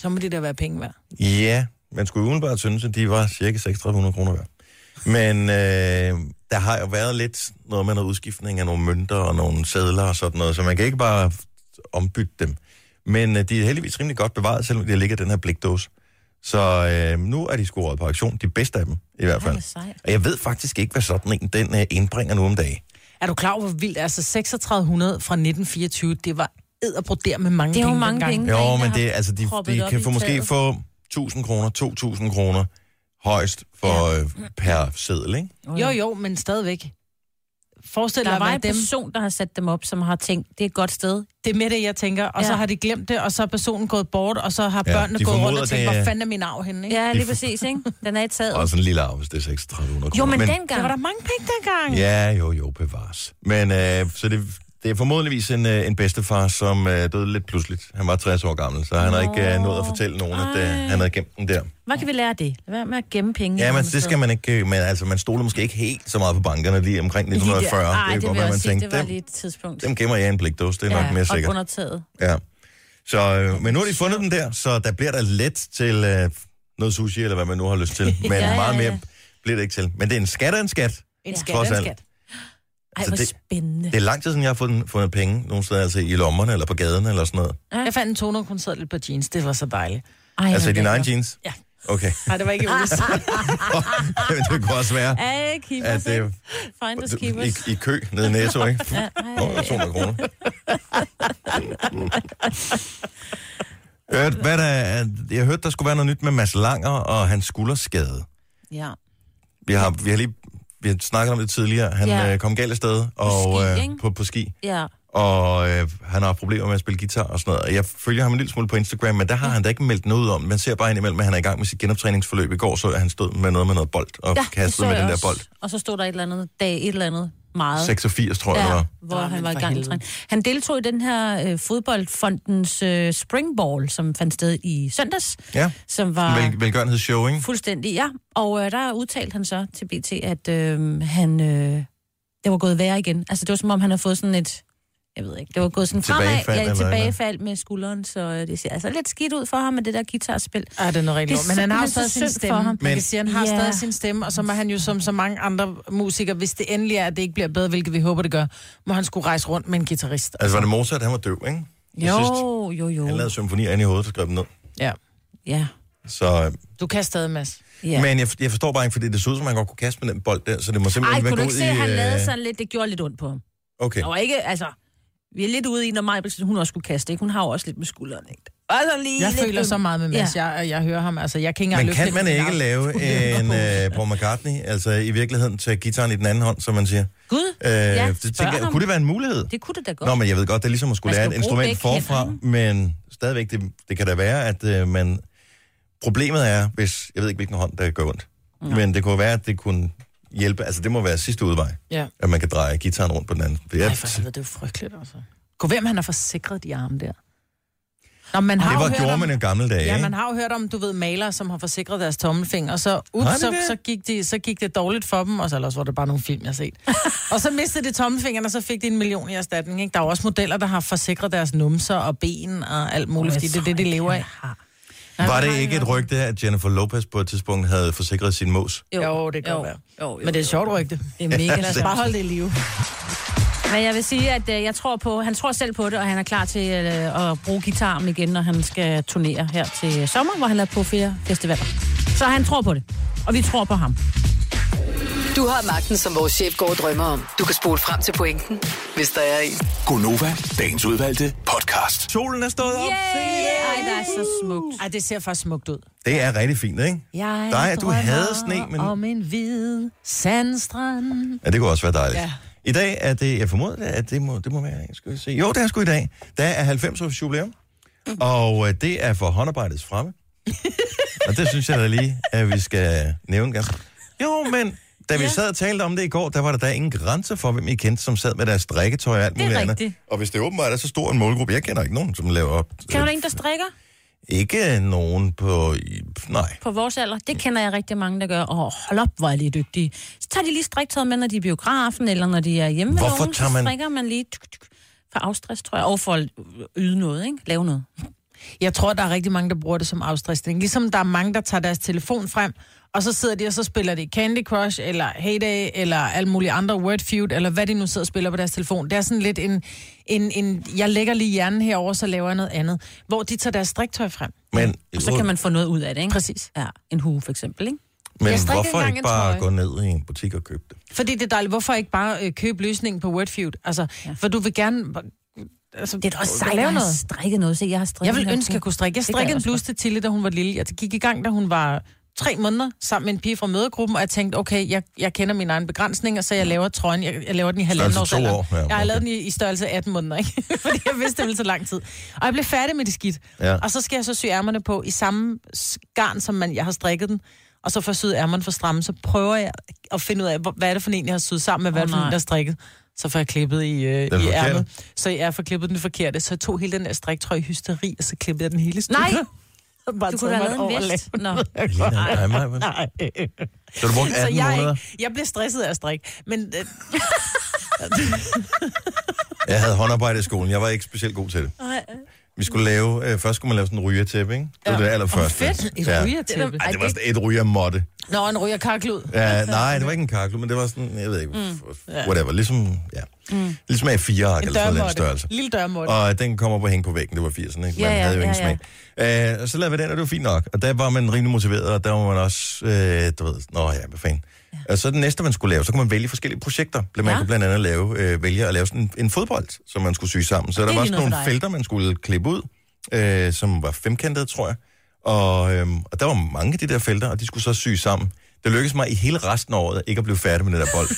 [SPEAKER 2] Så må de da være penge værd.
[SPEAKER 1] Ja, man skulle umiddelbart synes, at de var cirka 3600 kroner værd. Men øh, der har jo været lidt noget med noget udskiftning af nogle mønter og nogle sædler og sådan noget, så man kan ikke bare ombytte dem. Men øh, de er heldigvis rimelig godt bevaret, selvom de ligger i den her blikdåse. Så øh, nu er de scoret på auktion, de bedste af dem i hvert fald.
[SPEAKER 3] hvor sejt.
[SPEAKER 1] Og jeg ved faktisk ikke, hvad sådan en den øh, indbringer nu om dagen.
[SPEAKER 2] Er du klar over, hvor vildt? Altså 3600 fra 1924, det var edderbroder med mange
[SPEAKER 3] Det er jo
[SPEAKER 2] penge.
[SPEAKER 3] mange
[SPEAKER 2] dengang.
[SPEAKER 3] penge.
[SPEAKER 1] Jo,
[SPEAKER 3] en, der
[SPEAKER 1] men
[SPEAKER 3] har
[SPEAKER 1] det, altså, de,
[SPEAKER 3] proppet
[SPEAKER 1] de
[SPEAKER 3] op
[SPEAKER 1] kan
[SPEAKER 3] i
[SPEAKER 1] få måske
[SPEAKER 3] taget.
[SPEAKER 1] få 1000 kroner, 2000 kroner højst for, ja. øh, per seddel, ikke?
[SPEAKER 2] Jo, jo, men stadigvæk. Forestil
[SPEAKER 3] Der
[SPEAKER 2] dig,
[SPEAKER 3] var
[SPEAKER 2] hvad
[SPEAKER 3] en
[SPEAKER 2] dem,
[SPEAKER 3] person, der har sat dem op, som har tænkt, det er et godt sted.
[SPEAKER 2] det er med det, jeg tænker. Og ja. så
[SPEAKER 3] Ja.
[SPEAKER 2] har de glemt det, og så er personen gået bort, og så har
[SPEAKER 1] Ja,
[SPEAKER 2] ja, børnene
[SPEAKER 1] de
[SPEAKER 2] gået rundt
[SPEAKER 1] formoder,
[SPEAKER 2] og tænkt,
[SPEAKER 1] det er-
[SPEAKER 2] hvor fanden er min arv henne, ikke?
[SPEAKER 3] Ja, lige præcis, ikke? Den er i taget.
[SPEAKER 1] Og sådan en lille arv, hvis det er 3600 kroner.
[SPEAKER 3] Jo, men, dengang...
[SPEAKER 2] Der var der mange penge dengang.
[SPEAKER 1] Ja, jo, jo, bevares. Men øh, så det, det er formodentligvis en, øh, en bedstefar, som øh, døde lidt pludseligt. Han var 60 år gammel, så han har ikke øh, nået at fortælle nogen, at øh, han havde gemt den der.
[SPEAKER 3] Hvad kan vi lære af det? Lad være med at gemme penge.
[SPEAKER 1] Ja,
[SPEAKER 3] et
[SPEAKER 1] men
[SPEAKER 3] andet
[SPEAKER 1] det
[SPEAKER 3] sted.
[SPEAKER 1] skal man ikke... øh, Men altså, man stoler måske ikke helt så meget på bankerne lige omkring
[SPEAKER 3] Lige der.
[SPEAKER 1] 1940.
[SPEAKER 3] Ej, det,
[SPEAKER 1] kan
[SPEAKER 3] det
[SPEAKER 1] godt
[SPEAKER 3] vil
[SPEAKER 1] være,
[SPEAKER 3] jeg
[SPEAKER 1] man
[SPEAKER 3] også sige,
[SPEAKER 1] tænkte,
[SPEAKER 3] det var
[SPEAKER 1] dem,
[SPEAKER 3] lige et tidspunkt.
[SPEAKER 1] dem gemmer jeg i en blikdåse, det er nok mere
[SPEAKER 3] Og
[SPEAKER 1] sikkert.
[SPEAKER 3] under taget.
[SPEAKER 1] Ja. Så, øh, men nu har de fundet den der, så der bliver der let til øh, noget sushi, eller hvad man nu har lyst til. Men ja,
[SPEAKER 3] Ja, ja,
[SPEAKER 1] meget mere
[SPEAKER 3] ja.
[SPEAKER 1] bliver det ikke til. Men det er en skat af en skat.
[SPEAKER 2] En
[SPEAKER 3] Ja.
[SPEAKER 2] skat,
[SPEAKER 1] Trods
[SPEAKER 2] er en
[SPEAKER 1] alt.
[SPEAKER 2] skat.
[SPEAKER 3] Ej,
[SPEAKER 1] Så
[SPEAKER 3] hvor
[SPEAKER 1] det-
[SPEAKER 3] spændende.
[SPEAKER 1] Det er lang tid siden, jeg har fundet, fundet penge nogle steder, altså i lommerne, eller på gaden, eller sådan noget.
[SPEAKER 2] Jeg fandt en 200 kroner seddel på jeans, det var så dejligt.
[SPEAKER 3] Ej,
[SPEAKER 1] altså i
[SPEAKER 3] hvor
[SPEAKER 1] dine egne
[SPEAKER 3] lækkert.
[SPEAKER 1] jeans?
[SPEAKER 2] Ja.
[SPEAKER 1] Okay.
[SPEAKER 2] Nej, det var ikke <laughs> Oles.
[SPEAKER 1] det kunne også være.
[SPEAKER 3] Ej,
[SPEAKER 1] Ja,
[SPEAKER 3] keepers,
[SPEAKER 1] det er-
[SPEAKER 3] ikke? Finders keepers.
[SPEAKER 1] I, I kø nede i Netto, ikke?
[SPEAKER 3] Ja,
[SPEAKER 1] Nå,
[SPEAKER 3] ej.
[SPEAKER 1] 200 kroner. Hørt, hvad der, er- jeg hørte, der skulle være noget nyt med Mads Langer og hans skulderskade.
[SPEAKER 3] Ja.
[SPEAKER 1] Vi har, vi har lige vi har snakket om det tidligere. Han ja.
[SPEAKER 3] Ja.
[SPEAKER 1] øh, kom galt afsted og,
[SPEAKER 3] ski,
[SPEAKER 1] øh,
[SPEAKER 3] ikke?
[SPEAKER 1] på, på ski,
[SPEAKER 3] Ja.
[SPEAKER 1] og øh, han har problemer med at spille guitar og sådan noget. Og Jeg følger ham en lille smule på Instagram, men der har han da ikke meldt noget om. Man ser bare indimellem, at han er i gang med sit genoptræningsforløb. I går så jeg, at han stod med noget med noget bold og
[SPEAKER 3] ja,
[SPEAKER 1] ja, kastede med
[SPEAKER 3] jeg
[SPEAKER 1] den der
[SPEAKER 3] også.
[SPEAKER 1] bold.
[SPEAKER 3] Og så stod der et eller andet dag, et eller andet meget.
[SPEAKER 1] 86, tror jeg, ja. det
[SPEAKER 3] Ja,
[SPEAKER 1] var.
[SPEAKER 3] hvor
[SPEAKER 2] Nå,
[SPEAKER 3] han
[SPEAKER 2] men
[SPEAKER 3] var i
[SPEAKER 2] for
[SPEAKER 3] gang med
[SPEAKER 2] helvede.
[SPEAKER 3] træning. Han deltog i den her øh, fodboldfondens øh, springball, som fandt sted i søndags,
[SPEAKER 1] Ja.
[SPEAKER 3] som var
[SPEAKER 1] Vel, velgørenhedsshow, ikke?
[SPEAKER 3] fuldstændig, ja. Og øh, der udtalte han så til BT, at øh, han, øh, det var gået værre igen. Altså det var som om, han havde fået sådan et, jeg ved ikke, det var gået sådan
[SPEAKER 1] Tilbagefald,
[SPEAKER 3] fremad, ja,
[SPEAKER 1] eller
[SPEAKER 3] et
[SPEAKER 1] hvad?
[SPEAKER 3] tilbagefald med skulderen, så øh, det ser altså lidt skidt ud for ham med det der guitarspil.
[SPEAKER 2] Ej, det er noget rigtig
[SPEAKER 3] Det er
[SPEAKER 2] lort. Men han har jo
[SPEAKER 3] simpelthen
[SPEAKER 2] stadig
[SPEAKER 3] så
[SPEAKER 2] sin
[SPEAKER 3] synd for
[SPEAKER 2] stemme.
[SPEAKER 3] ham.
[SPEAKER 2] Man
[SPEAKER 1] Men-
[SPEAKER 2] kan sige, han har
[SPEAKER 3] Ja.
[SPEAKER 2] stadig sin stemme, og så må han jo som så mange andre musikere, hvis det endelig er, at det ikke bliver bedre, hvilket vi håber, det gør, må han skulle rejse rundt med en guitarist.
[SPEAKER 1] Altså, var det Mozart, han var døv, ikke? Til sidst.
[SPEAKER 3] Jo, jo,
[SPEAKER 1] Han
[SPEAKER 3] jo.
[SPEAKER 1] lavede symfonier ind i hovedet og skrev dem ned.
[SPEAKER 2] Ja.
[SPEAKER 3] Ja.
[SPEAKER 1] Så, øh,
[SPEAKER 2] Du kan stadig, Mads.
[SPEAKER 3] ja.
[SPEAKER 1] ja. Men jeg, jeg forstår bare ikke, fordi det så ud, som man godt kunne kaste med den bold der, så det må
[SPEAKER 3] Ej,
[SPEAKER 1] simpelthen
[SPEAKER 3] kunne
[SPEAKER 1] være
[SPEAKER 3] du
[SPEAKER 1] gået
[SPEAKER 3] ikke se, at
[SPEAKER 1] i...
[SPEAKER 3] han lavede
[SPEAKER 1] øh,
[SPEAKER 3] sådan lidt, det gjorde lidt ondt på ham?
[SPEAKER 1] Okay.
[SPEAKER 3] Der var ikke, altså, vi er lidt ude i, når Maja, hun også skulle kaste, ikke? Hun har jo også lidt med skulderen, ikke? Altså lige
[SPEAKER 2] Jeg
[SPEAKER 3] lidt
[SPEAKER 2] føler
[SPEAKER 3] øm.
[SPEAKER 2] så meget med Mads. Ja. Jeg, jeg hører ham, altså jeg kan ikke engang
[SPEAKER 1] Men kan
[SPEAKER 2] løfte
[SPEAKER 1] man
[SPEAKER 2] min
[SPEAKER 1] ikke
[SPEAKER 2] arm.
[SPEAKER 1] lave en uh, Paul McCartney, altså i virkeligheden tage gitaren i den anden hånd, som man siger?
[SPEAKER 3] Gud,
[SPEAKER 1] Uh, ja, det
[SPEAKER 3] spørg
[SPEAKER 1] tænker, jeg,
[SPEAKER 3] ham.
[SPEAKER 1] kunne det være en mulighed? Det
[SPEAKER 3] det kunne det da godt.
[SPEAKER 1] Nå, men jeg ved godt, det er ligesom at skulle
[SPEAKER 3] Man
[SPEAKER 1] lære
[SPEAKER 3] skal
[SPEAKER 1] et
[SPEAKER 3] jo bruge
[SPEAKER 1] instrument
[SPEAKER 3] begge
[SPEAKER 1] forfra, men stadigvæk, det, det kan da være, at uh, man... Problemet er, hvis... Jeg ved ikke, hvilken hånd, der går ondt. Men det kunne være, at det kunne hjælpe. Altså, det må være sidste udvej,
[SPEAKER 2] Ja.
[SPEAKER 1] at man kan dreje gitaren rundt på den anden. For jeg-
[SPEAKER 2] Ej, for helvede, det er jo frygteligt, altså. Gå hvem han har forsikret de arme der? Nå, man har
[SPEAKER 1] det
[SPEAKER 2] jo
[SPEAKER 1] var
[SPEAKER 2] hørt
[SPEAKER 1] gjorde
[SPEAKER 2] om,
[SPEAKER 1] man i gamle dage,
[SPEAKER 2] Ja,
[SPEAKER 1] ikke?
[SPEAKER 2] man har jo hørt om, du ved, malere, som har forsikret deres tommelfinger, og så, ud,
[SPEAKER 1] Har de
[SPEAKER 2] så,
[SPEAKER 1] det?
[SPEAKER 2] så, gik de, så gik det dårligt for dem, og så ellers var det bare nogle film, jeg har set. og så mistede de tommelfingeren, og så fik de en million i erstatning. Ikke? Der er jo også modeller, der har forsikret deres numser og ben og alt muligt, fordi det er det, de lever af. Nej,
[SPEAKER 1] Var
[SPEAKER 2] men
[SPEAKER 1] det
[SPEAKER 2] har
[SPEAKER 1] ikke
[SPEAKER 2] jeg
[SPEAKER 1] et
[SPEAKER 2] hørt.
[SPEAKER 1] rygte, at Jennifer Lopez på et tidspunkt havde forsikret sin mos?
[SPEAKER 2] Jo, det kan
[SPEAKER 3] jo,
[SPEAKER 2] være.
[SPEAKER 3] Jo, jo,
[SPEAKER 2] Men det er et sjovt rygte.
[SPEAKER 3] Det
[SPEAKER 2] <laughs>
[SPEAKER 3] er mega
[SPEAKER 2] Lad os
[SPEAKER 3] sjovt.
[SPEAKER 2] bare holde det i live.
[SPEAKER 3] Men jeg vil sige, at øh, jeg tror på, han tror selv på det, og han er klar til øh, at bruge guitaren igen, når han skal turnere her til sommer, hvor han er på flere festivaler. Så han tror på det, og vi tror på ham.
[SPEAKER 5] Du har magten, som vores chef går og drømmer om. Du kan spole frem til pointen, hvis der er en.
[SPEAKER 6] Gonova, dagens udvalgte podcast.
[SPEAKER 1] Solen er stået op!
[SPEAKER 3] Ej, der er så smukt.
[SPEAKER 2] Ej, det ser faktisk smukt ud.
[SPEAKER 1] Det er rigtig fint, ikke?
[SPEAKER 2] Jeg
[SPEAKER 1] Nej, du havde
[SPEAKER 2] drømmer
[SPEAKER 1] sne, men...
[SPEAKER 2] om en hvid sandstrand.
[SPEAKER 1] Ja, det kunne også være dejligt. Ja.
[SPEAKER 2] Ja.
[SPEAKER 1] I dag er det, jeg formoder, at det må, det må være, skal vi se. Jo, det er sgu i dag. Der er 90 års jubilæum,
[SPEAKER 3] Mm.
[SPEAKER 1] og øh, det er for håndarbejdets
[SPEAKER 3] <laughs>
[SPEAKER 1] fremme. og det synes jeg da lige, at vi skal nævne ganske. Jo, men da vi sad og talte om det i går, der var der da ingen grænser for, hvem I kendte, som sad med deres drikketøj og alt
[SPEAKER 3] er
[SPEAKER 1] muligt andet.
[SPEAKER 3] rigtigt.
[SPEAKER 1] Og hvis det åbenbart er så stor en målgruppe, jeg kender ikke nogen, som laver op.
[SPEAKER 3] Kan du da en, der strikker
[SPEAKER 1] Ikke nogen på... i- Nej.
[SPEAKER 3] på vores alder? Det kender jeg rigtig mange, der gør. Åh, hold op, hvor er de dygtige. Så tager de lige striktøjet med, når de er i biografen, eller når de er hjemme
[SPEAKER 1] Hvorfor
[SPEAKER 3] med nogen,
[SPEAKER 1] tager man-
[SPEAKER 3] så strikker man lige tuk, tuk, for afstress, tror jeg, og for at yde noget, ikke? Lave noget.
[SPEAKER 2] Jeg tror, der er rigtig mange, der bruger det som afstressning. Ligesom der er mange, der tager deres telefon frem, og så sidder de og så spiller de Candy Crush, eller Heyday, eller alle mulige andre Word Feud, eller hvad de nu sidder og spiller på deres telefon. Det er sådan lidt en, en, en jeg lægger lige hjernen herover, så laver jeg noget andet. Hvor de tager deres striktøj frem.
[SPEAKER 1] Men,
[SPEAKER 3] Og så kan man få noget ud af det, ikke?
[SPEAKER 2] Præcis.
[SPEAKER 3] Ja, en hue for eksempel, ikke?
[SPEAKER 1] men
[SPEAKER 2] Jeg strikker
[SPEAKER 1] hvorfor
[SPEAKER 2] engang
[SPEAKER 1] ikke
[SPEAKER 2] en
[SPEAKER 1] bare
[SPEAKER 2] trøje.
[SPEAKER 1] gå ned i en butik og købe det?
[SPEAKER 2] Fordi det er dejligt. Hvorfor ikke bare øh, købe løsningen på Word Feud? Altså, ja. for du vil gerne... Altså,
[SPEAKER 3] Det er da også sejt,
[SPEAKER 2] lave
[SPEAKER 3] at have
[SPEAKER 2] noget.
[SPEAKER 3] strikket noget. Se, jeg har strikket
[SPEAKER 2] Jeg vil
[SPEAKER 3] den her
[SPEAKER 2] ønske, at jeg kunne strikke. Jeg
[SPEAKER 3] Det gør
[SPEAKER 2] strikkede
[SPEAKER 3] jeg
[SPEAKER 2] en
[SPEAKER 3] også
[SPEAKER 2] bluse til Tilly, da hun var lille. Jeg gik i gang, da hun var tre måneder sammen med en pige fra mødegruppen, og jeg tænkte, okay, jeg, jeg kender mine egne begrænsninger, så jeg laver trøjen, jeg, jeg laver den i halvanden
[SPEAKER 1] to
[SPEAKER 2] års alder.
[SPEAKER 1] år, ja,
[SPEAKER 2] jeg har
[SPEAKER 1] okay.
[SPEAKER 2] lavet den i, i størrelse 18 måneder, ikke? <laughs> fordi jeg vidste, det ville så lang tid. Og jeg blev færdig med det skidt.
[SPEAKER 1] Ja.
[SPEAKER 2] Og så skal jeg så sy ærmerne på i samme s- garn, som man, jeg har strikket den. Og så får syet ærmerne for stramme, så prøver jeg at finde ud af, hvor- hvad er det for en, jeg har syet sammen med, hvad er det for en,
[SPEAKER 3] nej.
[SPEAKER 2] der er strikket. Så får jeg klippet i, øh, i
[SPEAKER 1] forkerte.
[SPEAKER 2] ærmet. Så jeg får klippet den forkerte. Så jeg tog hele den der striktrøje i hysteri, og så klippede jeg den hele stykke. <laughs>
[SPEAKER 3] Nej!
[SPEAKER 2] Bare
[SPEAKER 3] Du
[SPEAKER 2] taget
[SPEAKER 3] kunne da
[SPEAKER 2] mig
[SPEAKER 3] have
[SPEAKER 2] et år
[SPEAKER 3] lavet
[SPEAKER 2] at
[SPEAKER 3] en
[SPEAKER 2] <laughs>
[SPEAKER 3] vest.
[SPEAKER 2] lave den.
[SPEAKER 3] Nå.
[SPEAKER 1] Nej, nej, nej.
[SPEAKER 2] <laughs> Nej.
[SPEAKER 1] Så du brugte
[SPEAKER 2] Så
[SPEAKER 1] 18
[SPEAKER 2] jeg, er
[SPEAKER 1] måneder.
[SPEAKER 2] ikke, jeg bliver stresset af at strikke. Men øh,
[SPEAKER 1] Jeg havde håndarbejde i skolen. Jeg var ikke specielt god til det. Vi skulle lave, øh, først skulle man lave sådan en rygertæppe, ikke? Det var det allerførste.
[SPEAKER 2] fedt, et
[SPEAKER 1] Ja.
[SPEAKER 2] rygertæppe.
[SPEAKER 1] Ej, det var sådan et rygermåtte.
[SPEAKER 2] Nå, en ryger karklud.
[SPEAKER 1] Ja, nej, det var ikke en kaklu, men det var sådan, jeg ved ikke, mm. whatever. Ligesom, ja. Mm. Ligesom A4-ark
[SPEAKER 2] En
[SPEAKER 1] eller sådan en
[SPEAKER 2] dørmåtte.
[SPEAKER 1] størrelse.
[SPEAKER 2] Lille dørmåtte.
[SPEAKER 1] Og den kom op og hængte på væggen, det var 80'erne, ikke? Man
[SPEAKER 3] Ja, ja,
[SPEAKER 1] havde jo ingen
[SPEAKER 3] ja, ja.
[SPEAKER 1] smag. Øh, og så lavede vi den, og det var fint nok. Og der var man rimelig motiveret, og der var man også, øh, du ved, nå ja, hvad fanden. Og så den næste, man skulle lave, så kunne man vælge forskellige projekter. Man ja.
[SPEAKER 3] Ja.
[SPEAKER 1] kunne blandt andet lave, øh, vælge at lave sådan en, en fodbold, som man skulle sy sammen. Så der
[SPEAKER 3] det er
[SPEAKER 1] var
[SPEAKER 3] lige
[SPEAKER 1] også
[SPEAKER 3] noget
[SPEAKER 1] nogle
[SPEAKER 3] for dig.
[SPEAKER 1] felter, man skulle klippe ud, øh, som var femkantede, tror jeg. Og, øhm, og der var mange af de der felter, og de skulle så sy sammen. Det lykkedes mig i hele resten af året ikke at blive færdig med den
[SPEAKER 3] <laughs>
[SPEAKER 1] der bold.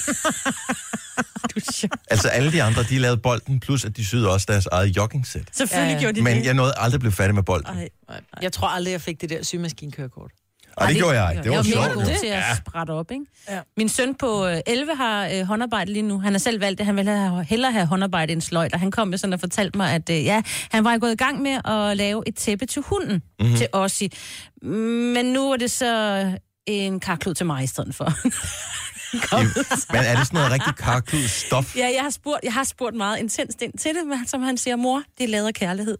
[SPEAKER 1] altså alle de andre, de lavede bolden, plus at de syede også deres eget joggingsæt.
[SPEAKER 3] Selvfølgelig
[SPEAKER 2] Ja, ja.
[SPEAKER 3] gjorde de
[SPEAKER 1] Men
[SPEAKER 3] det.
[SPEAKER 1] jeg nåede aldrig at blive færdig med bolden. Ej,
[SPEAKER 3] Ej.
[SPEAKER 2] Jeg tror aldrig, jeg fik det der sygemaskinkørekort.
[SPEAKER 1] og det gjorde jeg. Det var
[SPEAKER 3] jeg var mega
[SPEAKER 1] sjovt.
[SPEAKER 3] god
[SPEAKER 1] jo.
[SPEAKER 3] til at sprætte op, ikke?
[SPEAKER 2] Ja.
[SPEAKER 3] Ja. Min søn på øh, 11 har øh, håndarbejde lige nu. Han har selv valgt det. Han ville have, hellere have håndarbejde end sløjt. Og han kom jo sådan og fortalte mig, at øh, ja, han var gået i gang med at lave et tæppe til hunden,
[SPEAKER 1] Mhm.
[SPEAKER 3] mm-hmm. til Ossie. Men nu er det så en karklud til mig i stedet for.
[SPEAKER 1] Men er det sådan noget rigtig karklud stof?
[SPEAKER 3] <laughs> ja, jeg har, spurgt, jeg har spurgt meget intenst ind til det, men som han siger, mor, det er lavet af
[SPEAKER 1] <laughs>
[SPEAKER 3] kærlighed.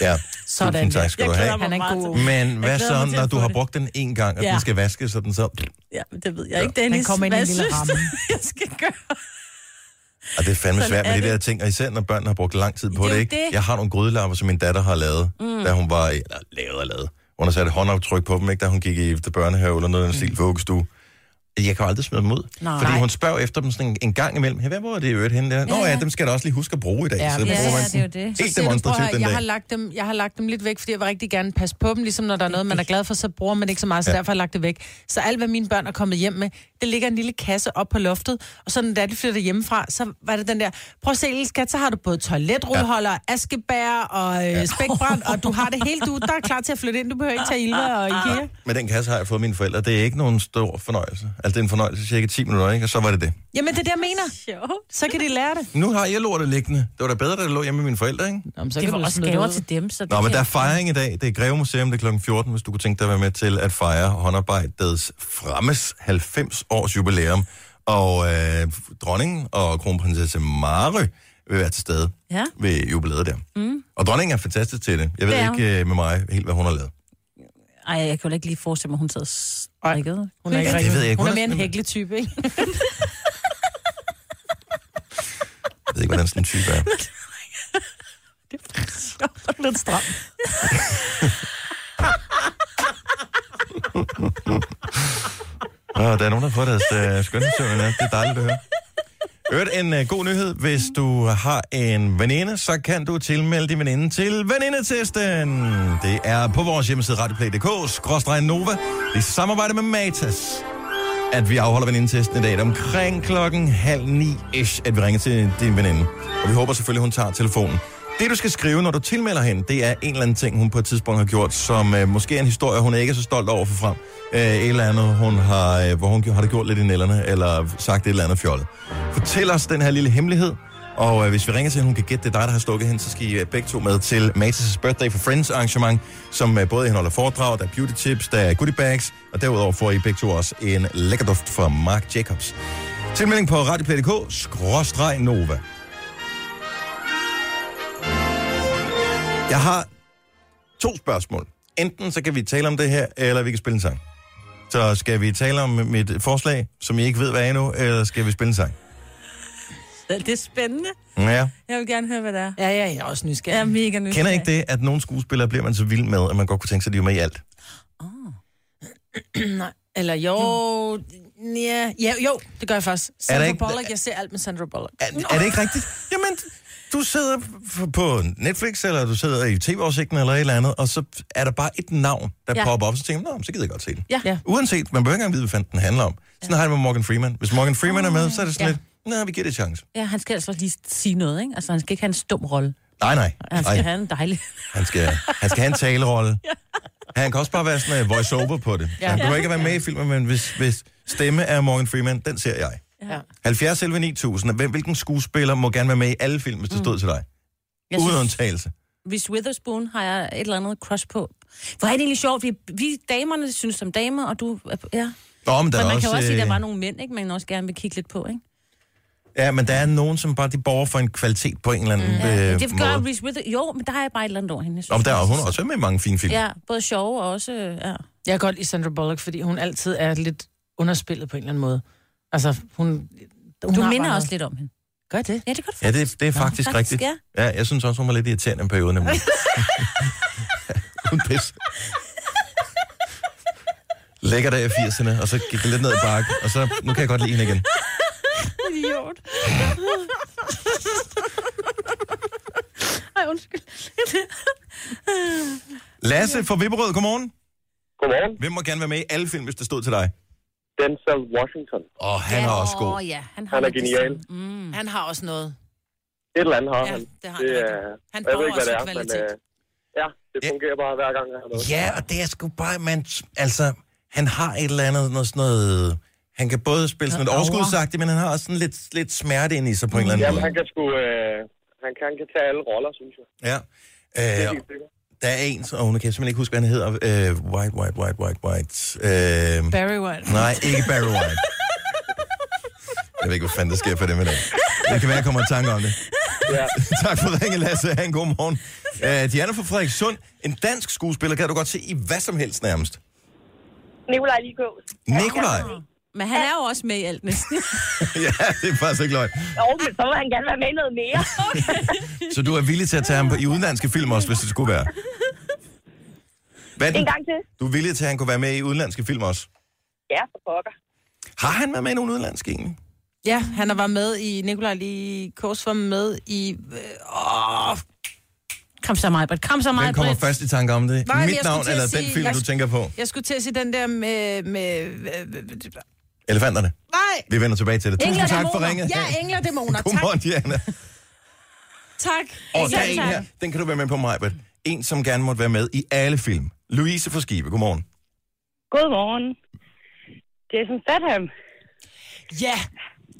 [SPEAKER 1] Ja,
[SPEAKER 2] Sådan
[SPEAKER 1] tusind tak
[SPEAKER 2] der.
[SPEAKER 1] skal
[SPEAKER 3] Jeg
[SPEAKER 1] du
[SPEAKER 3] glæder
[SPEAKER 1] have.
[SPEAKER 3] mig
[SPEAKER 2] Han er
[SPEAKER 3] meget
[SPEAKER 2] god.
[SPEAKER 1] Men hvad
[SPEAKER 3] glæder mig
[SPEAKER 1] så,
[SPEAKER 3] til
[SPEAKER 1] når
[SPEAKER 3] at
[SPEAKER 1] du
[SPEAKER 3] få
[SPEAKER 1] har
[SPEAKER 3] det.
[SPEAKER 1] brugt den en gang, og
[SPEAKER 3] Ja.
[SPEAKER 1] den skal vaskes, så den så...
[SPEAKER 3] Ja, men det ved jeg ikke,
[SPEAKER 2] Den
[SPEAKER 3] Dennis.
[SPEAKER 2] kommer ind i
[SPEAKER 3] Hvad
[SPEAKER 2] en lille
[SPEAKER 3] synes
[SPEAKER 2] ramme.
[SPEAKER 3] du, <laughs> jeg skal gøre?
[SPEAKER 1] Og det er fandme
[SPEAKER 3] Sådan
[SPEAKER 1] svært med
[SPEAKER 3] er
[SPEAKER 1] de
[SPEAKER 3] det.
[SPEAKER 1] der ting, og især når børn har brugt lang tid på
[SPEAKER 3] Det er
[SPEAKER 1] det,
[SPEAKER 3] jo
[SPEAKER 1] ikke?
[SPEAKER 3] det.
[SPEAKER 1] Jeg har nogle grydelapper, som min datter har lavet, mm. da hun var, eller lavet og lavet. Hun har sat et håndaftryk på dem, ikke? Da hun gik i det børnehave eller noget, af den stil ved vuggestue. Jeg kan jo aldrig smide dem ud.
[SPEAKER 3] Mm. Nej.
[SPEAKER 1] Fordi hun spørger efter dem sådan en- en gang imellem. Hey, hvad var det i øvrigt henne der? Nå ja, dem skal jeg da også lige huske at bruge i dag.
[SPEAKER 2] Ja,
[SPEAKER 1] så
[SPEAKER 2] ja,
[SPEAKER 1] bruger man
[SPEAKER 3] ja, det er jo det.
[SPEAKER 1] den
[SPEAKER 3] Så
[SPEAKER 1] Helt
[SPEAKER 2] siger du, prøv at
[SPEAKER 1] demonstrativt
[SPEAKER 2] høre,
[SPEAKER 1] den
[SPEAKER 2] jeg har,
[SPEAKER 1] dag.
[SPEAKER 2] lagt dem, jeg har lagt dem lidt væk, fordi jeg vil rigtig gerne passe på dem, ligesom når der er noget, man er glad for, så bruger man ikke så meget, så
[SPEAKER 1] Ja.
[SPEAKER 2] ja. derfor har jeg lagt det væk. Så alt, hvad mine børn er kommet hjem med, det ligger en lille kasse op på loftet, og så da de flytter hjemmefra, så var det den der, prøv at se, lille skat, så har du både toiletrulleholder, ja. askebær og øh, spækbrænd, og du har det hele, du der er klar til at flytte ind, du behøver ikke tage Ilva og Ikea.
[SPEAKER 1] Med den kasse har jeg fået mine forældre. Det er ikke nogen stor fornøjelse. Altså, det er en fornøjelse cirka 10 minutter, ikke? Og så var det det.
[SPEAKER 2] Jamen, det er det, jeg mener.
[SPEAKER 3] Sjovt.
[SPEAKER 2] Så kan de lære det.
[SPEAKER 1] Nu har jeg lortet liggende. Det var da bedre, da det lå hjemme med mine forældre, ikke?
[SPEAKER 2] Nå, men så
[SPEAKER 3] Det var også gaver til dem, så
[SPEAKER 1] Nå,
[SPEAKER 3] det
[SPEAKER 1] men
[SPEAKER 3] kan-
[SPEAKER 1] der er fejring i dag. Det er Greve Museum, det er kl. 14, hvis du kunne tænke dig at være med til at fejre håndarbejdets fremmes 90 års jubilæum. Og øh, dronningen og kronprinsesse Mare vil være til stede
[SPEAKER 3] Ja.
[SPEAKER 1] ved jubilæet der. Mm. Og dronningen er fantastisk til det. Jeg ved
[SPEAKER 3] Det er
[SPEAKER 1] ikke øh, med mig helt, hvad hun har lavet.
[SPEAKER 3] Ej, jeg kan jo ikke lige forestille mig, hun sad strikket.
[SPEAKER 2] Hun er, ikke
[SPEAKER 1] Ja, det ved jeg ikke.
[SPEAKER 2] Hun
[SPEAKER 1] Hun
[SPEAKER 2] er
[SPEAKER 1] er
[SPEAKER 2] mere en
[SPEAKER 1] sådan-
[SPEAKER 2] hækletype, ikke? <laughs>
[SPEAKER 1] Jeg ved ikke, hvordan sådan en type er.
[SPEAKER 2] Lidt stram.
[SPEAKER 1] Og der er nogen, der har fået deres øh, skønhedsøvn. i nat. Det er dejligt at høre. Øvrigt en øh, god nyhed. Hvis du har en veninde, så kan du tilmelde din veninde til venindetesten. Det er på vores hjemmeside radioplay.dk, skråstrej Nova, i samarbejde med Matas at vi afholder venindetesten i dag. Det er omkring klokken halv ni ish, at vi ringer til din veninde. Og vi håber selvfølgelig, hun tager telefonen. Det, du skal skrive, når du tilmelder hende, det er en eller anden ting, hun på et tidspunkt har gjort, som øh, måske er en historie, hun ikke er så stolt over for frem. Øh, et eller andet, hun har, øh, hvor hun gj- har det gjort lidt i nælderne, eller sagt et eller andet fjollet. Fortæl os den her lille hemmelighed, og øh, hvis vi ringer til hende, hun kan gætte, det er dig, der har stukket hende, så skal I øh, begge to med til Matas' Birthday for Friends arrangement, som øh, både indeholder foredrag, der er beauty tips, der er goodie bags, og derudover får I begge to også en lækker duft fra Marc Jacobs. Tilmelding på radioplay.dk, skråstreg Nova. Jeg har to spørgsmål. Enten så kan vi tale om det her, eller vi kan spille en sang. Så skal vi tale om mit forslag, som I ikke ved, hvad er endnu, eller skal vi spille en sang?
[SPEAKER 3] Det er spændende.
[SPEAKER 1] Ja.
[SPEAKER 3] Jeg vil gerne høre, hvad det er.
[SPEAKER 2] Ja, ja, jeg er også
[SPEAKER 3] Jeg er
[SPEAKER 2] nysgerrig.
[SPEAKER 3] mega nysgerrig.
[SPEAKER 1] Kender I ikke det, at nogle skuespillere bliver man så vild med, at man godt kunne tænke sig, at de var med i alt?
[SPEAKER 2] Nej. Eller jo, ja, ja, jo, det gør jeg faktisk. Sandra
[SPEAKER 1] ikke-
[SPEAKER 2] Bullock, jeg ser alt med Sandra Bullock.
[SPEAKER 1] Er, er det ikke rigtigt? Jamen, du sidder f- på Netflix, eller du sidder i tv-oversigten, eller et eller andet, og så er der bare et navn, der ja.
[SPEAKER 3] Ja.
[SPEAKER 1] popper op, så tænker man, "Nå, så gider jeg godt se den.
[SPEAKER 3] Ja. ja.
[SPEAKER 1] Uanset, man behøver ikke engang vide, hvad fanden den handler om. Sådan har jeg det med Morgan Freeman. Hvis Morgan Freeman er med, så er det sådan
[SPEAKER 3] Ah, Ja.
[SPEAKER 1] lidt, nej, vi giver det en chance.
[SPEAKER 3] Ja, han skal altså lige sige noget, ikke? Altså, han skal ikke have en stum rolle.
[SPEAKER 1] Nej, nej.
[SPEAKER 3] Han skal
[SPEAKER 1] nej.
[SPEAKER 3] Ej. have en dejlig...
[SPEAKER 1] Han skal, han skal have en
[SPEAKER 3] <laughs>
[SPEAKER 1] talerolle. Han kan også bare være sådan en voice-over på det. Ja. Han behøver ikke at være med i filmen, men hvis, hvis stemme er Morgan Freeman, den ser jeg.
[SPEAKER 2] Ja.
[SPEAKER 1] 70 11 9000. Hvem- Hvilken skuespiller må gerne være med i alle film, hvis det stod til dig?
[SPEAKER 3] Mm. Jeg
[SPEAKER 1] Uden
[SPEAKER 3] synes,
[SPEAKER 1] undtagelse.
[SPEAKER 3] hvis Witherspoon har jeg et eller andet crush på. Hvor er det egentlig sjovt? Vi, vi damerne synes som damer, og du... er- Ja.
[SPEAKER 1] Nå, men der
[SPEAKER 3] Men
[SPEAKER 1] er
[SPEAKER 3] man
[SPEAKER 1] også,
[SPEAKER 3] kan jo også sige, at der
[SPEAKER 1] øh,
[SPEAKER 3] var nogle mænd, ikke? Man også gerne vil kigge lidt på, ikke?
[SPEAKER 1] Ja, men der er nogen, som bare de borger for en kvalitet på en eller anden mm. øh,
[SPEAKER 3] Ja,
[SPEAKER 1] det
[SPEAKER 3] det
[SPEAKER 1] måde.
[SPEAKER 3] gør Reese Witherspoon. Jo, men der har jeg bare et eller andet over hende. jeg
[SPEAKER 1] Nå, men
[SPEAKER 3] synes,
[SPEAKER 1] der er
[SPEAKER 3] hun
[SPEAKER 1] hun er også med i mange fine film. Ja.
[SPEAKER 3] Ja, både sjove og også... øh, Ja.
[SPEAKER 2] Jeg kan godt lide Sandra Bullock, fordi hun altid er lidt underspillet på en eller anden måde. Altså, hun... hun
[SPEAKER 3] Du
[SPEAKER 2] har
[SPEAKER 3] minder
[SPEAKER 2] bare
[SPEAKER 3] også
[SPEAKER 2] noget.
[SPEAKER 3] lidt om hende.
[SPEAKER 2] Gør det?
[SPEAKER 3] Ja, det er godt
[SPEAKER 1] Ja, det, det er faktisk
[SPEAKER 3] faktisk,
[SPEAKER 1] rigtigt. Ja. ja, jeg synes også, hun var lidt irriterende en periode, <laughs> nemlig. hun pis. Lækker dag i 80'erne, og så gik det lidt ned ad bakke, og så, nu kan jeg godt lide hende igen.
[SPEAKER 3] Idiot. Ej, undskyld.
[SPEAKER 1] Lasse fra Vipperød, godmorgen.
[SPEAKER 7] Godmorgen.
[SPEAKER 1] Hvem må gerne være med i alle film, hvis det stod til dig?
[SPEAKER 7] Denzel Washington.
[SPEAKER 1] Åh, han er også god.
[SPEAKER 3] Åh, ja, han, har
[SPEAKER 7] Han er
[SPEAKER 3] lidt det
[SPEAKER 7] genial.
[SPEAKER 3] samme. Mm.
[SPEAKER 2] Han har også noget.
[SPEAKER 7] Et eller andet har
[SPEAKER 2] Ja,
[SPEAKER 7] han.
[SPEAKER 2] det har han rigtig.
[SPEAKER 7] er-
[SPEAKER 2] Han
[SPEAKER 7] jeg ved
[SPEAKER 2] borger
[SPEAKER 7] ikke, hvad
[SPEAKER 2] også
[SPEAKER 7] det
[SPEAKER 2] i
[SPEAKER 7] er, men
[SPEAKER 2] kvalitet.
[SPEAKER 7] øh, ja, det
[SPEAKER 1] Ja.
[SPEAKER 7] fungerer bare hver gang, han har noget.
[SPEAKER 1] Ja, og det er sgu bare, man, altså, han har et eller andet, noget sådan noget, han kan både spille sådan lidt
[SPEAKER 2] Noget
[SPEAKER 1] overskudsagtigt, men han har også sådan lidt, lidt smerte ind i sig på en eller anden
[SPEAKER 7] Jamen,
[SPEAKER 1] måde.
[SPEAKER 7] han kan sgu... Øh, han, kan, han kan tage alle roller, synes jeg.
[SPEAKER 1] Ja.
[SPEAKER 7] Det
[SPEAKER 1] Øh,
[SPEAKER 7] er helt sikkert.
[SPEAKER 1] der er en, og hun kan jeg simpelthen ikke huske, hvad han hedder. Øh, white, white, white, white, white. Øh,
[SPEAKER 2] Barry White.
[SPEAKER 1] nej, ikke Barry White. Jeg ved ikke, hvad fanden der sker for det med det. Det kan være, jeg kommer i tanke om det. <laughs>
[SPEAKER 7] Ja.
[SPEAKER 1] tak for ringen, Lasse. Ha' en god morgen. Øh, Diana fra Frederikssund. En dansk skuespiller kan du godt se i hvad som helst nærmest.
[SPEAKER 8] Nikolaj Ligås.
[SPEAKER 1] Nikolaj.
[SPEAKER 3] Men han er jo også med i alt næsten.
[SPEAKER 1] <laughs> ja, det er faktisk ikke løgn.
[SPEAKER 8] Jo, men så må han gerne være med i noget mere.
[SPEAKER 1] Så du er villig til at tage ham på, i udenlandske film også, hvis det skulle være? Hvad er den-
[SPEAKER 8] En gang til.
[SPEAKER 1] Du er villig til, at han kunne være med i udenlandske film også?
[SPEAKER 8] Ja, for pokker.
[SPEAKER 1] Har han været med i nogle udenlandske egentlig?
[SPEAKER 2] Ja, han har været med i... Nikolaj lige Kors var med i... Øh, åh,
[SPEAKER 3] Kom så, Majbert. Kom så,
[SPEAKER 1] Hvem
[SPEAKER 3] Majbert.
[SPEAKER 1] kommer først i tanke om det?
[SPEAKER 2] Nej, men
[SPEAKER 1] Mit
[SPEAKER 2] jeg
[SPEAKER 1] navn
[SPEAKER 2] skulle til at
[SPEAKER 1] eller den
[SPEAKER 2] sige-
[SPEAKER 1] film,
[SPEAKER 2] jeg-
[SPEAKER 1] du tænker på?
[SPEAKER 2] jeg skulle til at sige den der med... med, med, med, med
[SPEAKER 1] Elefanterne.
[SPEAKER 2] nej!
[SPEAKER 1] Vi vender tilbage til det. Tusind
[SPEAKER 2] Engler og
[SPEAKER 1] tak for
[SPEAKER 2] dæmoner.
[SPEAKER 1] ringet.
[SPEAKER 2] Ja, engler og dæmoner. Tak,
[SPEAKER 1] Godmorgen, Diana.
[SPEAKER 2] tak.
[SPEAKER 1] Og der er
[SPEAKER 2] tak,
[SPEAKER 1] en
[SPEAKER 2] tak.
[SPEAKER 1] her. Den kan du være med på, Majbert. En, som gerne måtte være med i alle film. Louise fra Skive. Godmorgen.
[SPEAKER 8] Godmorgen. Jason Statham.
[SPEAKER 2] Ja,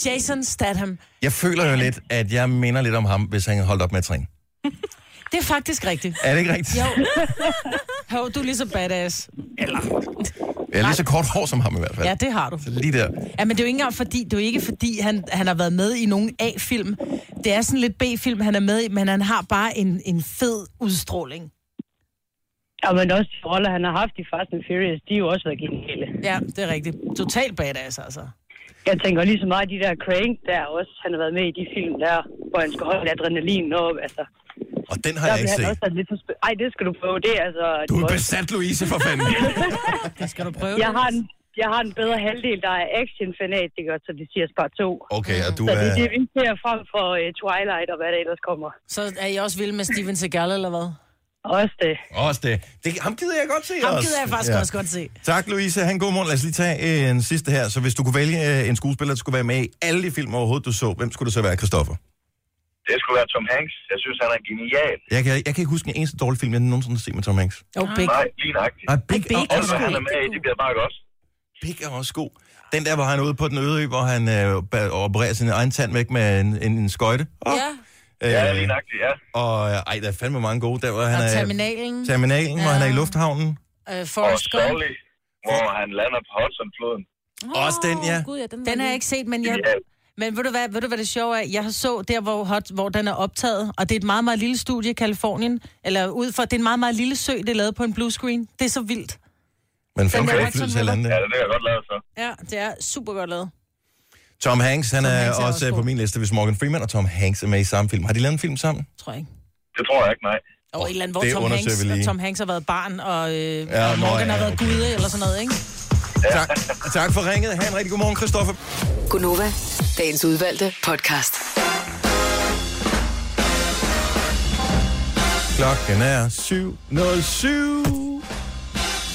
[SPEAKER 2] Jason Statham.
[SPEAKER 1] Jeg føler jo lidt, at jeg minder lidt om ham, hvis han holdt op med at træne.
[SPEAKER 2] Det er faktisk rigtigt.
[SPEAKER 1] Er det ikke rigtigt?
[SPEAKER 2] Jo. Hov, du er lige så badass.
[SPEAKER 1] Jeg er lige så kort hår som ham i hvert fald.
[SPEAKER 2] Ja, det har du.
[SPEAKER 1] Lige der.
[SPEAKER 2] Ja, men det er jo ikke engang fordi, det er jo ikke fordi han, han har været med i nogen A-film. Det er sådan lidt B-film, han er med i, men han har bare en, en fed udstråling.
[SPEAKER 8] Ja, men også de roller, han har haft i Fast and Furious, de har jo også været geniale.
[SPEAKER 2] Ja, det er rigtigt. Total badass, altså.
[SPEAKER 8] Jeg tænker lige så meget, de der Crank der også, han har været med i de film der, hvor han skal holde adrenalin op, altså.
[SPEAKER 1] Og den har
[SPEAKER 8] Der blev
[SPEAKER 1] jeg ikke
[SPEAKER 8] han
[SPEAKER 1] set.
[SPEAKER 8] også sådan lidt for spil- Ej, det skal du prøve, det er altså...
[SPEAKER 1] Du
[SPEAKER 8] det
[SPEAKER 1] er
[SPEAKER 8] er også-
[SPEAKER 1] besat, Louise, for fanden.
[SPEAKER 2] Det skal du prøve.
[SPEAKER 8] jeg har en jeg har en bedre halvdel, der er action-fanatiker, så det siger spart to.
[SPEAKER 1] Okay, og du
[SPEAKER 8] Så det er
[SPEAKER 1] er...
[SPEAKER 8] det, vi ser frem for uh, Twilight og hvad der ellers kommer.
[SPEAKER 2] Så er jeg også vild med Steven Seagal, eller hvad?
[SPEAKER 8] Også det.
[SPEAKER 1] Også det. det. Ham gider jeg godt se
[SPEAKER 2] Ham
[SPEAKER 1] også.
[SPEAKER 2] gider jeg faktisk
[SPEAKER 1] Ja.
[SPEAKER 2] ja. også godt se.
[SPEAKER 1] Tak, Louise. Han god morgen. Lad os lige tage øh, en sidste her. Så hvis du kunne vælge øh, en skuespiller, der skulle være med i alle de film overhovedet, du så, hvem skulle det så være, Christoffer?
[SPEAKER 9] Det skulle være Tom Hanks. Jeg synes, han er genial.
[SPEAKER 1] Jeg kan, jeg kan ikke huske den eneste dårlige film, jeg nogensinde har set med Tom Hanks.
[SPEAKER 2] Oh, big.
[SPEAKER 9] Nej, lige nøjagtigt.
[SPEAKER 1] Nej, Big,
[SPEAKER 2] Big
[SPEAKER 1] er
[SPEAKER 2] er
[SPEAKER 9] Og
[SPEAKER 1] også
[SPEAKER 9] når
[SPEAKER 2] god.
[SPEAKER 1] god.
[SPEAKER 9] han er med i, det bliver bare godt.
[SPEAKER 1] Big er også god. Den der, hvor han er ude på den øde ø, hvor han øh, ba- opererer sin egen tand væk med en, en, en skøjte. Oh,
[SPEAKER 3] Ja.
[SPEAKER 9] Ja,
[SPEAKER 1] ja.
[SPEAKER 9] lige nøjagtigt, ja.
[SPEAKER 1] og øh, ej, der er fandme mange gode. Der, hvor han
[SPEAKER 2] Og
[SPEAKER 1] er,
[SPEAKER 2] Terminalen,
[SPEAKER 1] terminalen, hvor
[SPEAKER 2] Ja.
[SPEAKER 1] han er i lufthavnen.
[SPEAKER 2] øh,
[SPEAKER 9] Og
[SPEAKER 2] Forrest Gump.
[SPEAKER 9] Sully, hvor han lander på Hudsonfloden.
[SPEAKER 1] Også den, ja.
[SPEAKER 3] Gud, ja den,
[SPEAKER 2] Den har jeg
[SPEAKER 3] lige-
[SPEAKER 2] ikke set, men jeg,
[SPEAKER 9] Ja,
[SPEAKER 2] Men ved du hvad, ved du, hvad det sjove er? Jeg så der, hvor, hot, hvor den er optaget, og det er et meget, meget lille studie i Kalifornien, eller ud for, det er en meget, meget lille sø, det er lavet på en bluescreen. Det er så vildt.
[SPEAKER 1] Men fem
[SPEAKER 2] der
[SPEAKER 1] kan
[SPEAKER 2] var
[SPEAKER 1] ikke flytte til
[SPEAKER 2] ikke sådan
[SPEAKER 1] landet.
[SPEAKER 9] Ja, det kan jeg godt lade så.
[SPEAKER 2] Ja, det er super godt lavet.
[SPEAKER 1] Tom Hanks, han
[SPEAKER 2] Tom
[SPEAKER 1] er,
[SPEAKER 2] Hanks
[SPEAKER 1] også,
[SPEAKER 2] er også
[SPEAKER 1] øh, på
[SPEAKER 2] god.
[SPEAKER 1] min liste, hvis Morgan Freeman og Tom Hanks er med i samme film. Har de lavet en film sammen?
[SPEAKER 2] Tror jeg ikke.
[SPEAKER 9] Det tror jeg ikke, nej.
[SPEAKER 2] Og oh, et eller andet,
[SPEAKER 1] det
[SPEAKER 2] hvor Tom
[SPEAKER 1] undersøger
[SPEAKER 2] Hanks,
[SPEAKER 1] vi lige.
[SPEAKER 2] Tom Hanks har været barn, og, øh,
[SPEAKER 1] Ja,
[SPEAKER 2] ja, og
[SPEAKER 1] nå,
[SPEAKER 2] Morgan
[SPEAKER 1] ja,
[SPEAKER 2] har været
[SPEAKER 1] okay.
[SPEAKER 2] gude eller sådan noget, ikke?
[SPEAKER 1] Tak, tak for ringet. Ha' en rigtig god morgen, Christoffer.
[SPEAKER 5] Gunova, dagens udvalgte podcast.
[SPEAKER 1] Klokken er 7.07.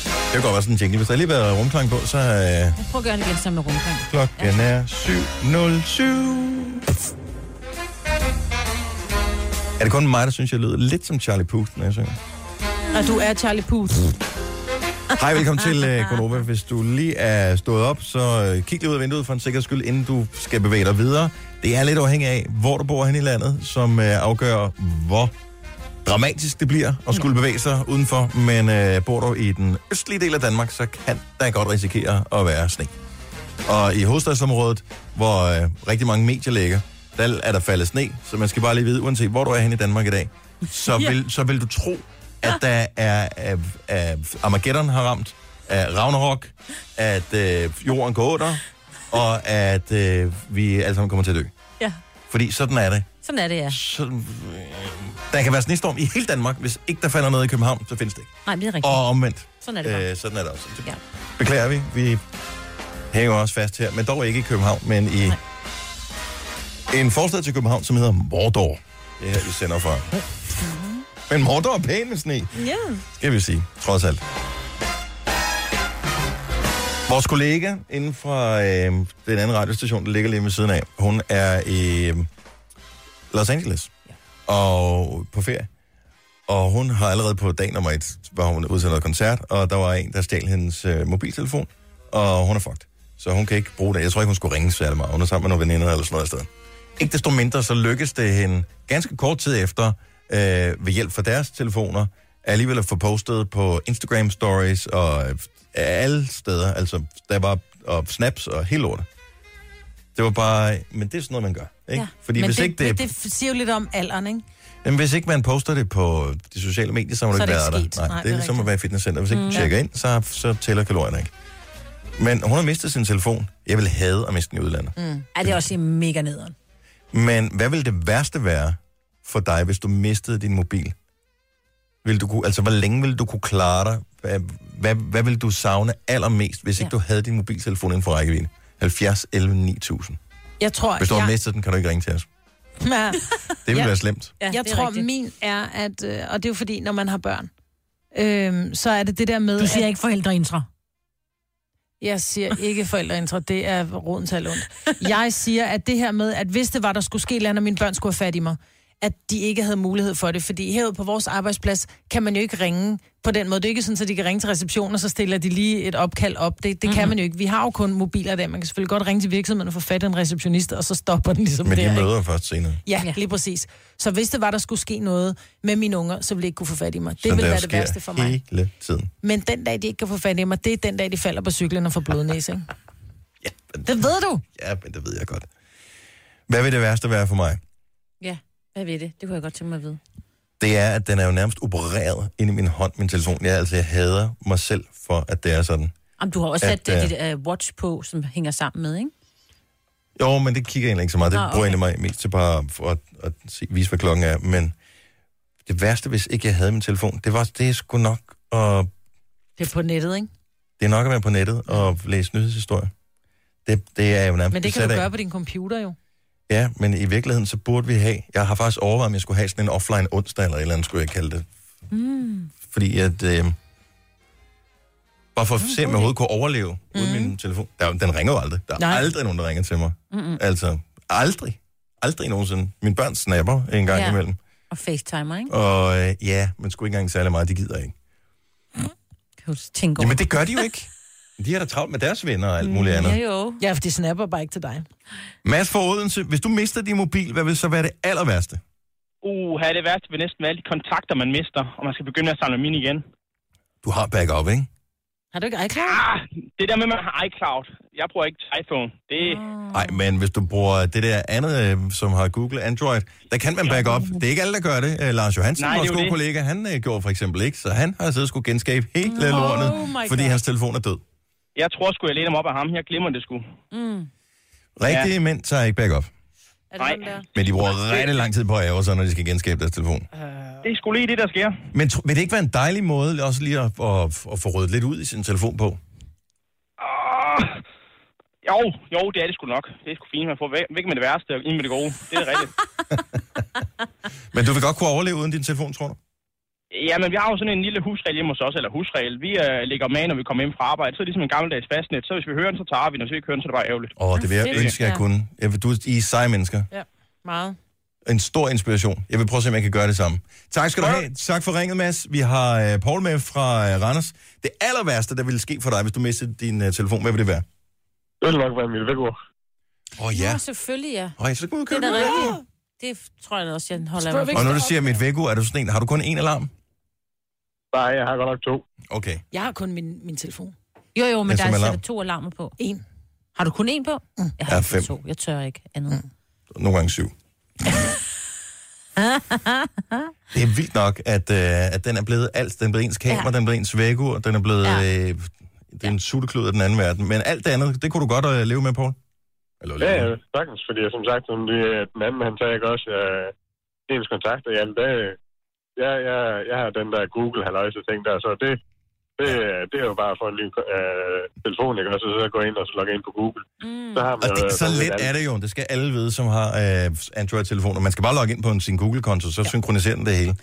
[SPEAKER 1] Det kan godt være sådan en jingle. Hvis der lige har været rumklang på, så er øh,
[SPEAKER 3] Prøv at gøre det igen sammen med rumklang.
[SPEAKER 1] klokken er 7.07. Er det kun mig, der synes, jeg lyder lidt som Charlie Puth, når jeg synger?
[SPEAKER 2] Og du er Charlie Puth.
[SPEAKER 1] Hej, velkommen til øh, Konoba. Hvis du lige er stået op, så øh, kig lige ud af vinduet for en sikkerheds skyld, inden du skal bevæge dig videre. Det er lidt afhængigt af, hvor du bor hen i landet, som øh, afgør, hvor dramatisk det bliver at skulle bevæge sig udenfor. Men øh, bor du i den østlige del af Danmark, så kan der godt risikere at være sne. Og i hovedstadsområdet, hvor øh, rigtig mange medier ligger, der er der faldet sne, så man skal bare lige vide, uanset hvor du er henne i Danmark i dag, så vil, så vil du tro, at der er, at, at Armageddon har ramt, at Ragnarok, at øh, jorden går under, og at øh, vi alle sammen kommer til at dø.
[SPEAKER 3] Ja,
[SPEAKER 1] Fordi sådan er det.
[SPEAKER 3] sådan er det, ja.
[SPEAKER 1] Så, øh, der kan være snestorm i hele Danmark. Hvis ikke der falder noget i København, så findes det ikke.
[SPEAKER 3] Nej, men det er rigtigt.
[SPEAKER 1] Og omvendt.
[SPEAKER 3] Sådan er det bare.
[SPEAKER 1] Øh, sådan er det også. Det
[SPEAKER 3] Ja.
[SPEAKER 1] beklager vi. Vi hænger også fast her, men dog ikke i København, men i Nej. en forstad til København, som hedder Mordor. Det er her, vi sender fra.
[SPEAKER 3] Mhm.
[SPEAKER 1] Men Mordor er pæn med sne,
[SPEAKER 2] Ja.
[SPEAKER 1] skal vi sige, trods alt. Vores kollega inden fra øh, den anden radiostation, der ligger lige ved siden af, hun er i øh, Los Angeles og på ferie. Og hun har allerede på dag nummer et, hvor hun ude til noget koncert, og der var en, der stjal hendes øh, mobiltelefon, og hun er fucked. Så hun kan ikke bruge det. Jeg tror ikke, hun skulle ringe særlig meget. Hun er sammen med nogle veninder eller sådan noget sted. Ikke desto mindre, så lykkedes det hende ganske kort tid efter, øh, ved hjælp fra deres telefoner, alligevel at få postet på Instagram stories og øh, alle steder, altså der var og snaps og hele lortet. Det var bare, men det er sådan noget, man gør. Ikke? Ja, Fordi
[SPEAKER 2] men
[SPEAKER 1] hvis
[SPEAKER 2] det,
[SPEAKER 1] ikke det,
[SPEAKER 2] men det siger jo lidt om alderen, ikke?
[SPEAKER 1] Jamen, hvis ikke man poster det på de sociale medier, så må
[SPEAKER 2] Så
[SPEAKER 1] du
[SPEAKER 2] er
[SPEAKER 1] ikke
[SPEAKER 2] det
[SPEAKER 1] være
[SPEAKER 2] ikke
[SPEAKER 1] der.
[SPEAKER 2] sket.
[SPEAKER 1] Nej, Nej, det er ligesom
[SPEAKER 2] rigtigt. Mm.
[SPEAKER 1] at være i fitnesscenter. Hvis ikke du tjekker ind, så, så tæller kalorierne ikke. Men hun har mistet sin telefon. Jeg vil have at miste den i udlandet.
[SPEAKER 2] Mm.
[SPEAKER 3] Ja, det er også mega nederen.
[SPEAKER 1] Mm. Men hvad ville det værste være for dig, hvis du mistede din mobil? Vil du kunne, altså, hvor længe ville du kunne klare dig? Hvad, hvad, hvad ville du savne allermest, hvis ikke
[SPEAKER 3] Ja.
[SPEAKER 1] du havde din mobiltelefon inden for rækkevidde? 70 11 9000.
[SPEAKER 2] Jeg tror,
[SPEAKER 1] Hvis du har
[SPEAKER 2] jeg,
[SPEAKER 1] mistet den, kan du ikke ringe til os.
[SPEAKER 2] <laughs> ja,
[SPEAKER 1] Det ville ja.
[SPEAKER 2] Ja.
[SPEAKER 1] være slemt.
[SPEAKER 3] Ja,
[SPEAKER 2] jeg
[SPEAKER 3] det er
[SPEAKER 2] tror,
[SPEAKER 3] rigtigt.
[SPEAKER 2] min er, at, øh, og det er jo fordi, når man har børn, øh, så er det det der med...
[SPEAKER 3] Du siger
[SPEAKER 2] at-
[SPEAKER 3] ikke forældreintra.
[SPEAKER 2] Jeg siger ikke forældreintra, det er roden til alt ondt. Jeg siger, at det her med, at hvis det var, der skulle ske et eller andet, og mine børn skulle have fat i mig, at de ikke havde mulighed for det, fordi herude på vores arbejdsplads kan man jo ikke ringe på den måde. Det er ikke sådan, at de kan ringe til receptionen, og så stiller de lige et opkald op. Det, det mm-hmm.
[SPEAKER 3] Mhm.
[SPEAKER 2] kan man jo ikke. Vi har jo kun mobiler i dag. Man kan selvfølgelig godt ringe til virksomheden og få fat i en receptionist, og så stopper den ligesom
[SPEAKER 1] Men
[SPEAKER 2] der.
[SPEAKER 1] de
[SPEAKER 2] ikke?
[SPEAKER 1] møder først senere.
[SPEAKER 2] Ja,
[SPEAKER 3] Ja.
[SPEAKER 2] lige præcis. Så hvis det var, der skulle ske noget med mine unger, så ville de ikke kunne få fat i mig. Det
[SPEAKER 1] Sådan
[SPEAKER 2] ville
[SPEAKER 1] der
[SPEAKER 2] være
[SPEAKER 1] jo
[SPEAKER 2] det
[SPEAKER 1] sker
[SPEAKER 2] værste for mig.
[SPEAKER 1] hele tiden.
[SPEAKER 2] Men den dag, de ikke kan få fat i mig, det er den dag, de falder på cyklen og får blodnæse, ikke?
[SPEAKER 1] Ja, men-
[SPEAKER 2] <laughs> Det ved du.
[SPEAKER 1] Ja, men det ved jeg godt. Hvad vil det værste være for mig?
[SPEAKER 3] Ja, hvad ved det? Det kunne jeg godt tænke mig at vide.
[SPEAKER 1] Det er, at den er jo nærmest opereret ind i min hånd, min telefon. Jeg, altså, jeg hader mig selv for, at det er sådan.
[SPEAKER 3] Om du har også
[SPEAKER 1] At,
[SPEAKER 3] sat
[SPEAKER 1] øh,
[SPEAKER 3] at, dit uh, watch på, som hænger sammen med, ikke?
[SPEAKER 1] Jo, men det kigger jeg egentlig ikke så meget. Det
[SPEAKER 3] Nå,
[SPEAKER 1] ah,
[SPEAKER 3] okay.
[SPEAKER 1] bruger jeg egentlig mig mest til bare for at, at se, vise, hvad klokken er. Men det værste, hvis ikke jeg havde min telefon, det var det er sgu nok at,
[SPEAKER 2] Det er på nettet, ikke?
[SPEAKER 1] det er nok at være på nettet og læse nyhedshistorier. Det, det er jeg jo nærmest
[SPEAKER 2] Men det kan
[SPEAKER 1] besat
[SPEAKER 2] du
[SPEAKER 1] af.
[SPEAKER 2] gøre på din computer jo.
[SPEAKER 1] Ja, men i virkeligheden, så burde vi have... Jeg har faktisk overvejet, om jeg skulle have sådan en offline onsdag, eller et eller andet, skulle jeg kalde det. Mm. Fordi at... Øh, bare for at se, om jeg overhovedet kunne overleve mm. uden min telefon. Der, den ringer jo aldrig. Der er Nej.
[SPEAKER 2] Nej.
[SPEAKER 1] aldrig nogen, der ringer til mig. Mm-mm. Altså, aldrig. Aldrig nogensinde. Mine børn snapper en gang ja.
[SPEAKER 3] Ja.
[SPEAKER 1] imellem.
[SPEAKER 3] Og facetimer, ikke?
[SPEAKER 1] Og øh, ja, men sgu ikke engang særlig meget, de gider ikke.
[SPEAKER 3] Kan du tænke over?
[SPEAKER 1] Jamen, det gør de jo ikke. De har da travlt med deres venner og alt muligt andet.
[SPEAKER 3] Ja, jo.
[SPEAKER 2] Ja, for de snapper bare ikke til dig.
[SPEAKER 1] Mads fra Odense, hvis du mister din mobil, hvad vil så være det aller værste?
[SPEAKER 10] Uh, det værste ved næsten alle de kontakter, man mister, og man skal begynde at samle mine igen.
[SPEAKER 1] Du har backup, ikke?
[SPEAKER 2] Har du ikke iCloud?
[SPEAKER 10] Ah, det der med, at man har iCloud. Jeg bruger ikke iPhone. Det,
[SPEAKER 9] Ah.
[SPEAKER 1] Nej, men hvis du bruger det der andet, øh, som har Google Android, der kan man back up. Det er ikke alle, der gør det. Øh, Lars Johansen,
[SPEAKER 10] Nej, det er
[SPEAKER 1] vores
[SPEAKER 10] jo
[SPEAKER 1] gode
[SPEAKER 10] det.
[SPEAKER 1] kollega, han øh, gjorde for eksempel ikke, så han har siddet og skulle genskabe helt oh lortet,
[SPEAKER 10] my
[SPEAKER 1] fordi
[SPEAKER 10] God.
[SPEAKER 1] hans telefon er død.
[SPEAKER 10] jeg tror sgu, jeg læner mig op af ham. Jeg glemmer det sgu.
[SPEAKER 2] Mm.
[SPEAKER 1] Rigtige ja. mænd tager ikke back up,
[SPEAKER 2] Er
[SPEAKER 10] det Nej,
[SPEAKER 1] men de bruger rigtig lang tid på at ære sig, når de skal genskabe deres telefon.
[SPEAKER 10] Øh. det er sgu lige det, der sker.
[SPEAKER 1] Men tro, vil det ikke være en dejlig måde også lige at, at, at få ryddet lidt ud i sin telefon på?
[SPEAKER 10] Ah, jo, jo, det er det sgu nok. Det er sgu fint. Man får væk, væk med det værste og ind med det gode. Det er rigtigt.
[SPEAKER 1] <laughs> Men du vil godt kunne overleve uden din telefon, tror du?
[SPEAKER 10] Ja, men vi har jo sådan en lille husregel hjemme hos os, eller husregel. Vi øh, lægger med, når vi kommer hjem fra arbejde. Så er det ligesom en gammeldags fastnet. Så hvis vi hører den, så tager vi den. Og hvis vi ikke hører den, så er det bare ærgerligt.
[SPEAKER 1] Åh, oh, det vil jeg
[SPEAKER 10] Fedt,
[SPEAKER 1] ønske, jeg
[SPEAKER 10] ja.
[SPEAKER 1] kunne. Jeg vil, du I er seje mennesker.
[SPEAKER 2] Ja, meget.
[SPEAKER 1] En stor inspiration. Jeg vil prøve at se, om jeg kan gøre det samme. Tak skal du have. Tak for ringet, Mads. Vi har øh, Paul med fra øh, Randers. Det aller værste, der ville ske for dig, hvis du mistede din øh, telefon, hvad ville det være?
[SPEAKER 7] Det ville nok være mit vækord.
[SPEAKER 1] Åh oh, ja.
[SPEAKER 3] Nå, selvfølgelig, ja.
[SPEAKER 1] Øj, så kan du
[SPEAKER 3] Det er
[SPEAKER 1] købe
[SPEAKER 3] da
[SPEAKER 1] det.
[SPEAKER 3] rigtigt. Det tror jeg da også, jeg holder
[SPEAKER 2] Spørg
[SPEAKER 3] mig
[SPEAKER 1] Og når du siger mit vækko, er du sådan en, har du kun én alarm?
[SPEAKER 7] Nej, jeg har godt nok to.
[SPEAKER 1] Okay.
[SPEAKER 2] Jeg har kun min, min telefon.
[SPEAKER 3] Jo, jo, men
[SPEAKER 1] Ja,
[SPEAKER 3] der
[SPEAKER 1] som
[SPEAKER 3] er
[SPEAKER 1] alarm.
[SPEAKER 3] sat to alarmer på.
[SPEAKER 2] En.
[SPEAKER 3] Har du kun en på? Jeg
[SPEAKER 1] Jeg
[SPEAKER 3] har
[SPEAKER 1] har
[SPEAKER 3] kun
[SPEAKER 1] fem.
[SPEAKER 3] to. Jeg tør ikke andet.
[SPEAKER 1] Nogle gange
[SPEAKER 3] <laughs>
[SPEAKER 1] syv. Det er vildt nok, at, øh, at den er blevet alt. Den er blevet ens kamera, ja. den er blevet ens vækko, og den er blevet... Ja. Øh, det er en sutteklud af den anden verden. Men alt det andet, det kunne du godt øh, leve med, Paul. Eller
[SPEAKER 7] Ja,
[SPEAKER 1] leve med.
[SPEAKER 7] ja, sagtens, fordi som sagt, som det, den anden, han sagde ikke også, øh, ens kontakter, jamen det, øh, ja, ja, jeg har den der google halløjse ting der, så det, det, det er jo bare for en ny øh, telefon, ikke også, og så gå ind og så logge ind på Google. Mm. Så har man,
[SPEAKER 1] Og det,
[SPEAKER 7] øh,
[SPEAKER 1] så
[SPEAKER 7] sådan lidt
[SPEAKER 1] let
[SPEAKER 7] andet.
[SPEAKER 1] er det jo. Det skal alle vide, som har øh, Android-telefoner. Man skal bare logge ind på en, sin Google-konto, så ja. Ah. synkroniserer den det hele.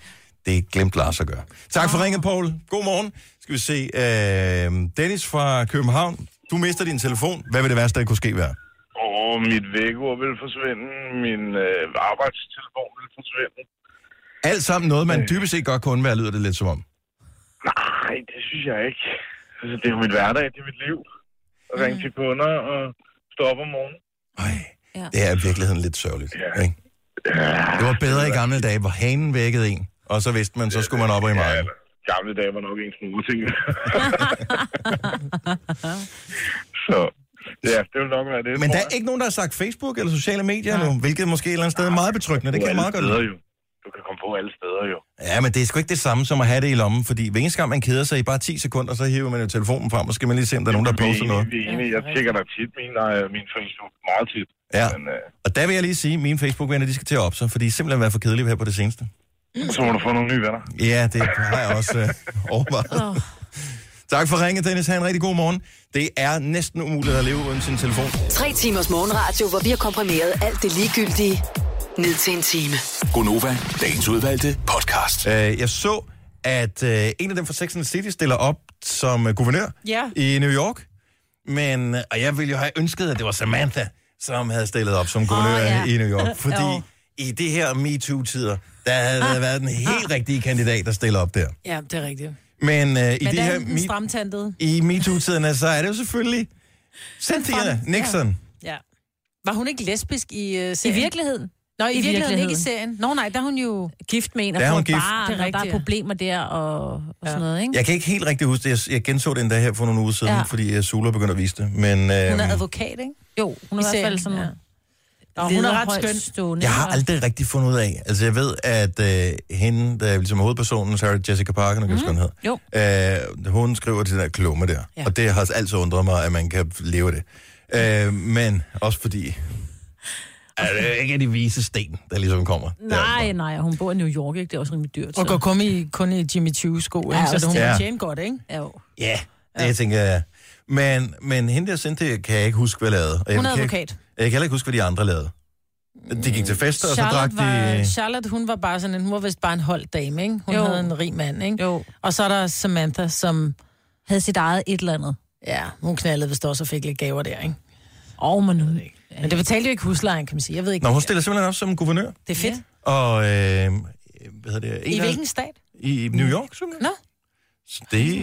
[SPEAKER 1] Det glemte Lars at gøre. Tak for ringet, Paul. God morgen. Skal vi se. Øh, Dennis fra København. Du mister din telefon. Hvad vil det værste, der kunne ske være?
[SPEAKER 9] Og mit vækord vil forsvinde, min øh, arbejdstelefon vil forsvinde.
[SPEAKER 1] Alt sammen noget,
[SPEAKER 9] Øh.
[SPEAKER 1] man dybest set godt kunne undvære, lyder det lidt som om.
[SPEAKER 9] Nej, det synes jeg ikke. Altså, det er jo mit hverdag, det er mit liv. At
[SPEAKER 10] Mm.
[SPEAKER 9] ringe til kunder og stå op om morgenen.
[SPEAKER 1] Det er i virkeligheden lidt sørgeligt. Ikke? Det var bedre i gamle dage, hvor hanen vækkede en, og så vidste man, så skulle man op og i marken.
[SPEAKER 9] Gamle dage var nok ens mor,
[SPEAKER 10] <laughs>
[SPEAKER 9] tænker jeg. Så, ja, det vil nok være det.
[SPEAKER 1] Men
[SPEAKER 9] tror
[SPEAKER 1] der er
[SPEAKER 9] jeg.
[SPEAKER 1] ikke nogen, der har sagt Facebook eller sociale medier nu, hvilket måske et eller andet sted er meget betryggende. Det
[SPEAKER 9] Du
[SPEAKER 1] kan
[SPEAKER 9] er
[SPEAKER 1] jeg
[SPEAKER 9] alle
[SPEAKER 1] meget godt
[SPEAKER 9] steder
[SPEAKER 1] lide.
[SPEAKER 9] jo. Du kan komme på alle steder jo.
[SPEAKER 1] Ja, men det er sgu ikke det samme som at have det i lommen, fordi hver eneste gang man keder sig i bare 10 sekunder, så hiver man jo telefonen frem, og så skal man lige se, om der er nogen, der
[SPEAKER 9] Vi er
[SPEAKER 1] poster
[SPEAKER 9] enige,
[SPEAKER 1] noget.
[SPEAKER 9] Vi er enige. Jeg tjekker da tit min, øh, min Facebook meget tit.
[SPEAKER 1] Ja,
[SPEAKER 9] Men øh,
[SPEAKER 1] og der vil jeg lige sige, at mine Facebook-venner, de skal til at op sig, fordi de simpelthen været for kedelige her på det seneste.
[SPEAKER 9] så må du få nogle nye venner.
[SPEAKER 1] Ja, det har jeg også øh,
[SPEAKER 3] <laughs>
[SPEAKER 1] overvejet. Oh. Tak for ringet, Dennis. Ha' en rigtig god morgen. Det er næsten umuligt at leve uden sin telefon.
[SPEAKER 5] Tre timers morgenradio, hvor vi har komprimeret alt det ligegyldige ned til en time.
[SPEAKER 6] Gonova, dagens udvalgte podcast.
[SPEAKER 1] Øh, jeg så, at øh, en af dem fra Sex and the City stiller op som øh, guvernør
[SPEAKER 2] Ja.
[SPEAKER 1] i New York. Men, øh, og jeg ville jo have ønsket, at det var Samantha, som havde stillet op som guvernør oh,
[SPEAKER 3] ja.
[SPEAKER 1] yeah. i New
[SPEAKER 2] <laughs>
[SPEAKER 1] York. Fordi
[SPEAKER 3] Jo.
[SPEAKER 1] i det her MeToo-tider, der havde
[SPEAKER 2] Ah.
[SPEAKER 1] der været den helt rigtige kandidat, der stiller op der.
[SPEAKER 2] Ja, det er rigtigt.
[SPEAKER 1] Men øh, i
[SPEAKER 2] Men
[SPEAKER 1] det
[SPEAKER 2] det
[SPEAKER 1] her
[SPEAKER 2] er den
[SPEAKER 1] Me-
[SPEAKER 2] stramtandede.
[SPEAKER 1] i MeToo-tiderne, så er det jo selvfølgelig Cynthia Nixon.
[SPEAKER 2] Ja. Var hun ikke lesbisk i uh, serien?
[SPEAKER 3] I virkeligheden.
[SPEAKER 2] Nå, i, I virkeligheden,
[SPEAKER 3] virkeligheden.
[SPEAKER 2] ikke i serien. Nå nej, der er hun jo...
[SPEAKER 3] Gift med en, og
[SPEAKER 1] Der er
[SPEAKER 3] får
[SPEAKER 1] hun
[SPEAKER 3] et
[SPEAKER 1] gift.
[SPEAKER 3] barn,
[SPEAKER 2] Det er
[SPEAKER 3] og der
[SPEAKER 2] rigtigt,
[SPEAKER 3] er
[SPEAKER 2] ja.
[SPEAKER 3] problemer der, og, og sådan noget, ikke?
[SPEAKER 1] Jeg kan ikke helt rigtig huske det. Jeg, jeg genså den der her for nogle uger siden, ja.
[SPEAKER 3] Ja.
[SPEAKER 1] fordi jeg Sula begyndte at vise det. Men, øhm,
[SPEAKER 2] Hun er advokat, ikke?
[SPEAKER 3] Jo, hun er i hvert fald sådan... Ja.
[SPEAKER 2] Og hun er ret skøn.
[SPEAKER 3] Stående,
[SPEAKER 1] jeg har aldrig rigtig fundet ud af. Altså, jeg ved, at øh, hende, der er ligesom hovedpersonen, Sarah Jessica Parker, nu kan mm. hedder,
[SPEAKER 3] Jo.
[SPEAKER 1] Øh, hun skriver til den der klumme der. Ja.
[SPEAKER 3] Ja.
[SPEAKER 1] Og det har altid undret mig, at man kan leve af det. Øh, men også
[SPEAKER 2] <laughs>
[SPEAKER 1] fordi... Er det er ikke de vise sten, der ligesom kommer?
[SPEAKER 3] Nej, nej, og hun bor i New York, ikke? Det er også rimelig dyrt.
[SPEAKER 2] Og går kun i, kun i Jimmy Choo-sko, ikke?
[SPEAKER 3] Ja,
[SPEAKER 2] Ja, så
[SPEAKER 3] også
[SPEAKER 2] hun
[SPEAKER 1] det.
[SPEAKER 2] ja.
[SPEAKER 1] Ja.
[SPEAKER 2] tjene godt, ikke?
[SPEAKER 3] Ja, jo.
[SPEAKER 1] Ja, det ja. tænker jeg. Men, men hende der sendte, kan jeg ikke huske, hvad lavede. Og jeg
[SPEAKER 2] Hun er
[SPEAKER 1] kan ikke-
[SPEAKER 2] advokat.
[SPEAKER 1] Jeg kan heller ikke huske, hvad de andre lavede. De gik til fester, og så drak
[SPEAKER 2] Charlotte,
[SPEAKER 1] de...
[SPEAKER 2] var, Charlotte, hun var bare sådan en, hun var vist bare en holdt dame, ikke? Hun jo.
[SPEAKER 3] Jo.
[SPEAKER 2] havde en rig mand, ikke?
[SPEAKER 3] jo.
[SPEAKER 2] Og så er der Samantha, som,
[SPEAKER 3] Havde sit eget et eller andet.
[SPEAKER 2] ja, hun knaldede vist også og fik lidt gaver der, ikke?
[SPEAKER 3] Åh, oh, man ved ikke.
[SPEAKER 2] Men det betalte jo ikke huslejen, kan man sige. Jeg ved ikke,
[SPEAKER 1] Nå, hun stiller simpelthen op som guvernør.
[SPEAKER 2] det er fedt.
[SPEAKER 1] Og, øh, hvad hedder det?
[SPEAKER 2] Ja.
[SPEAKER 1] en
[SPEAKER 2] I
[SPEAKER 1] af-
[SPEAKER 2] hvilken stat?
[SPEAKER 1] I New York, simpelthen.
[SPEAKER 2] Nå.
[SPEAKER 1] Så det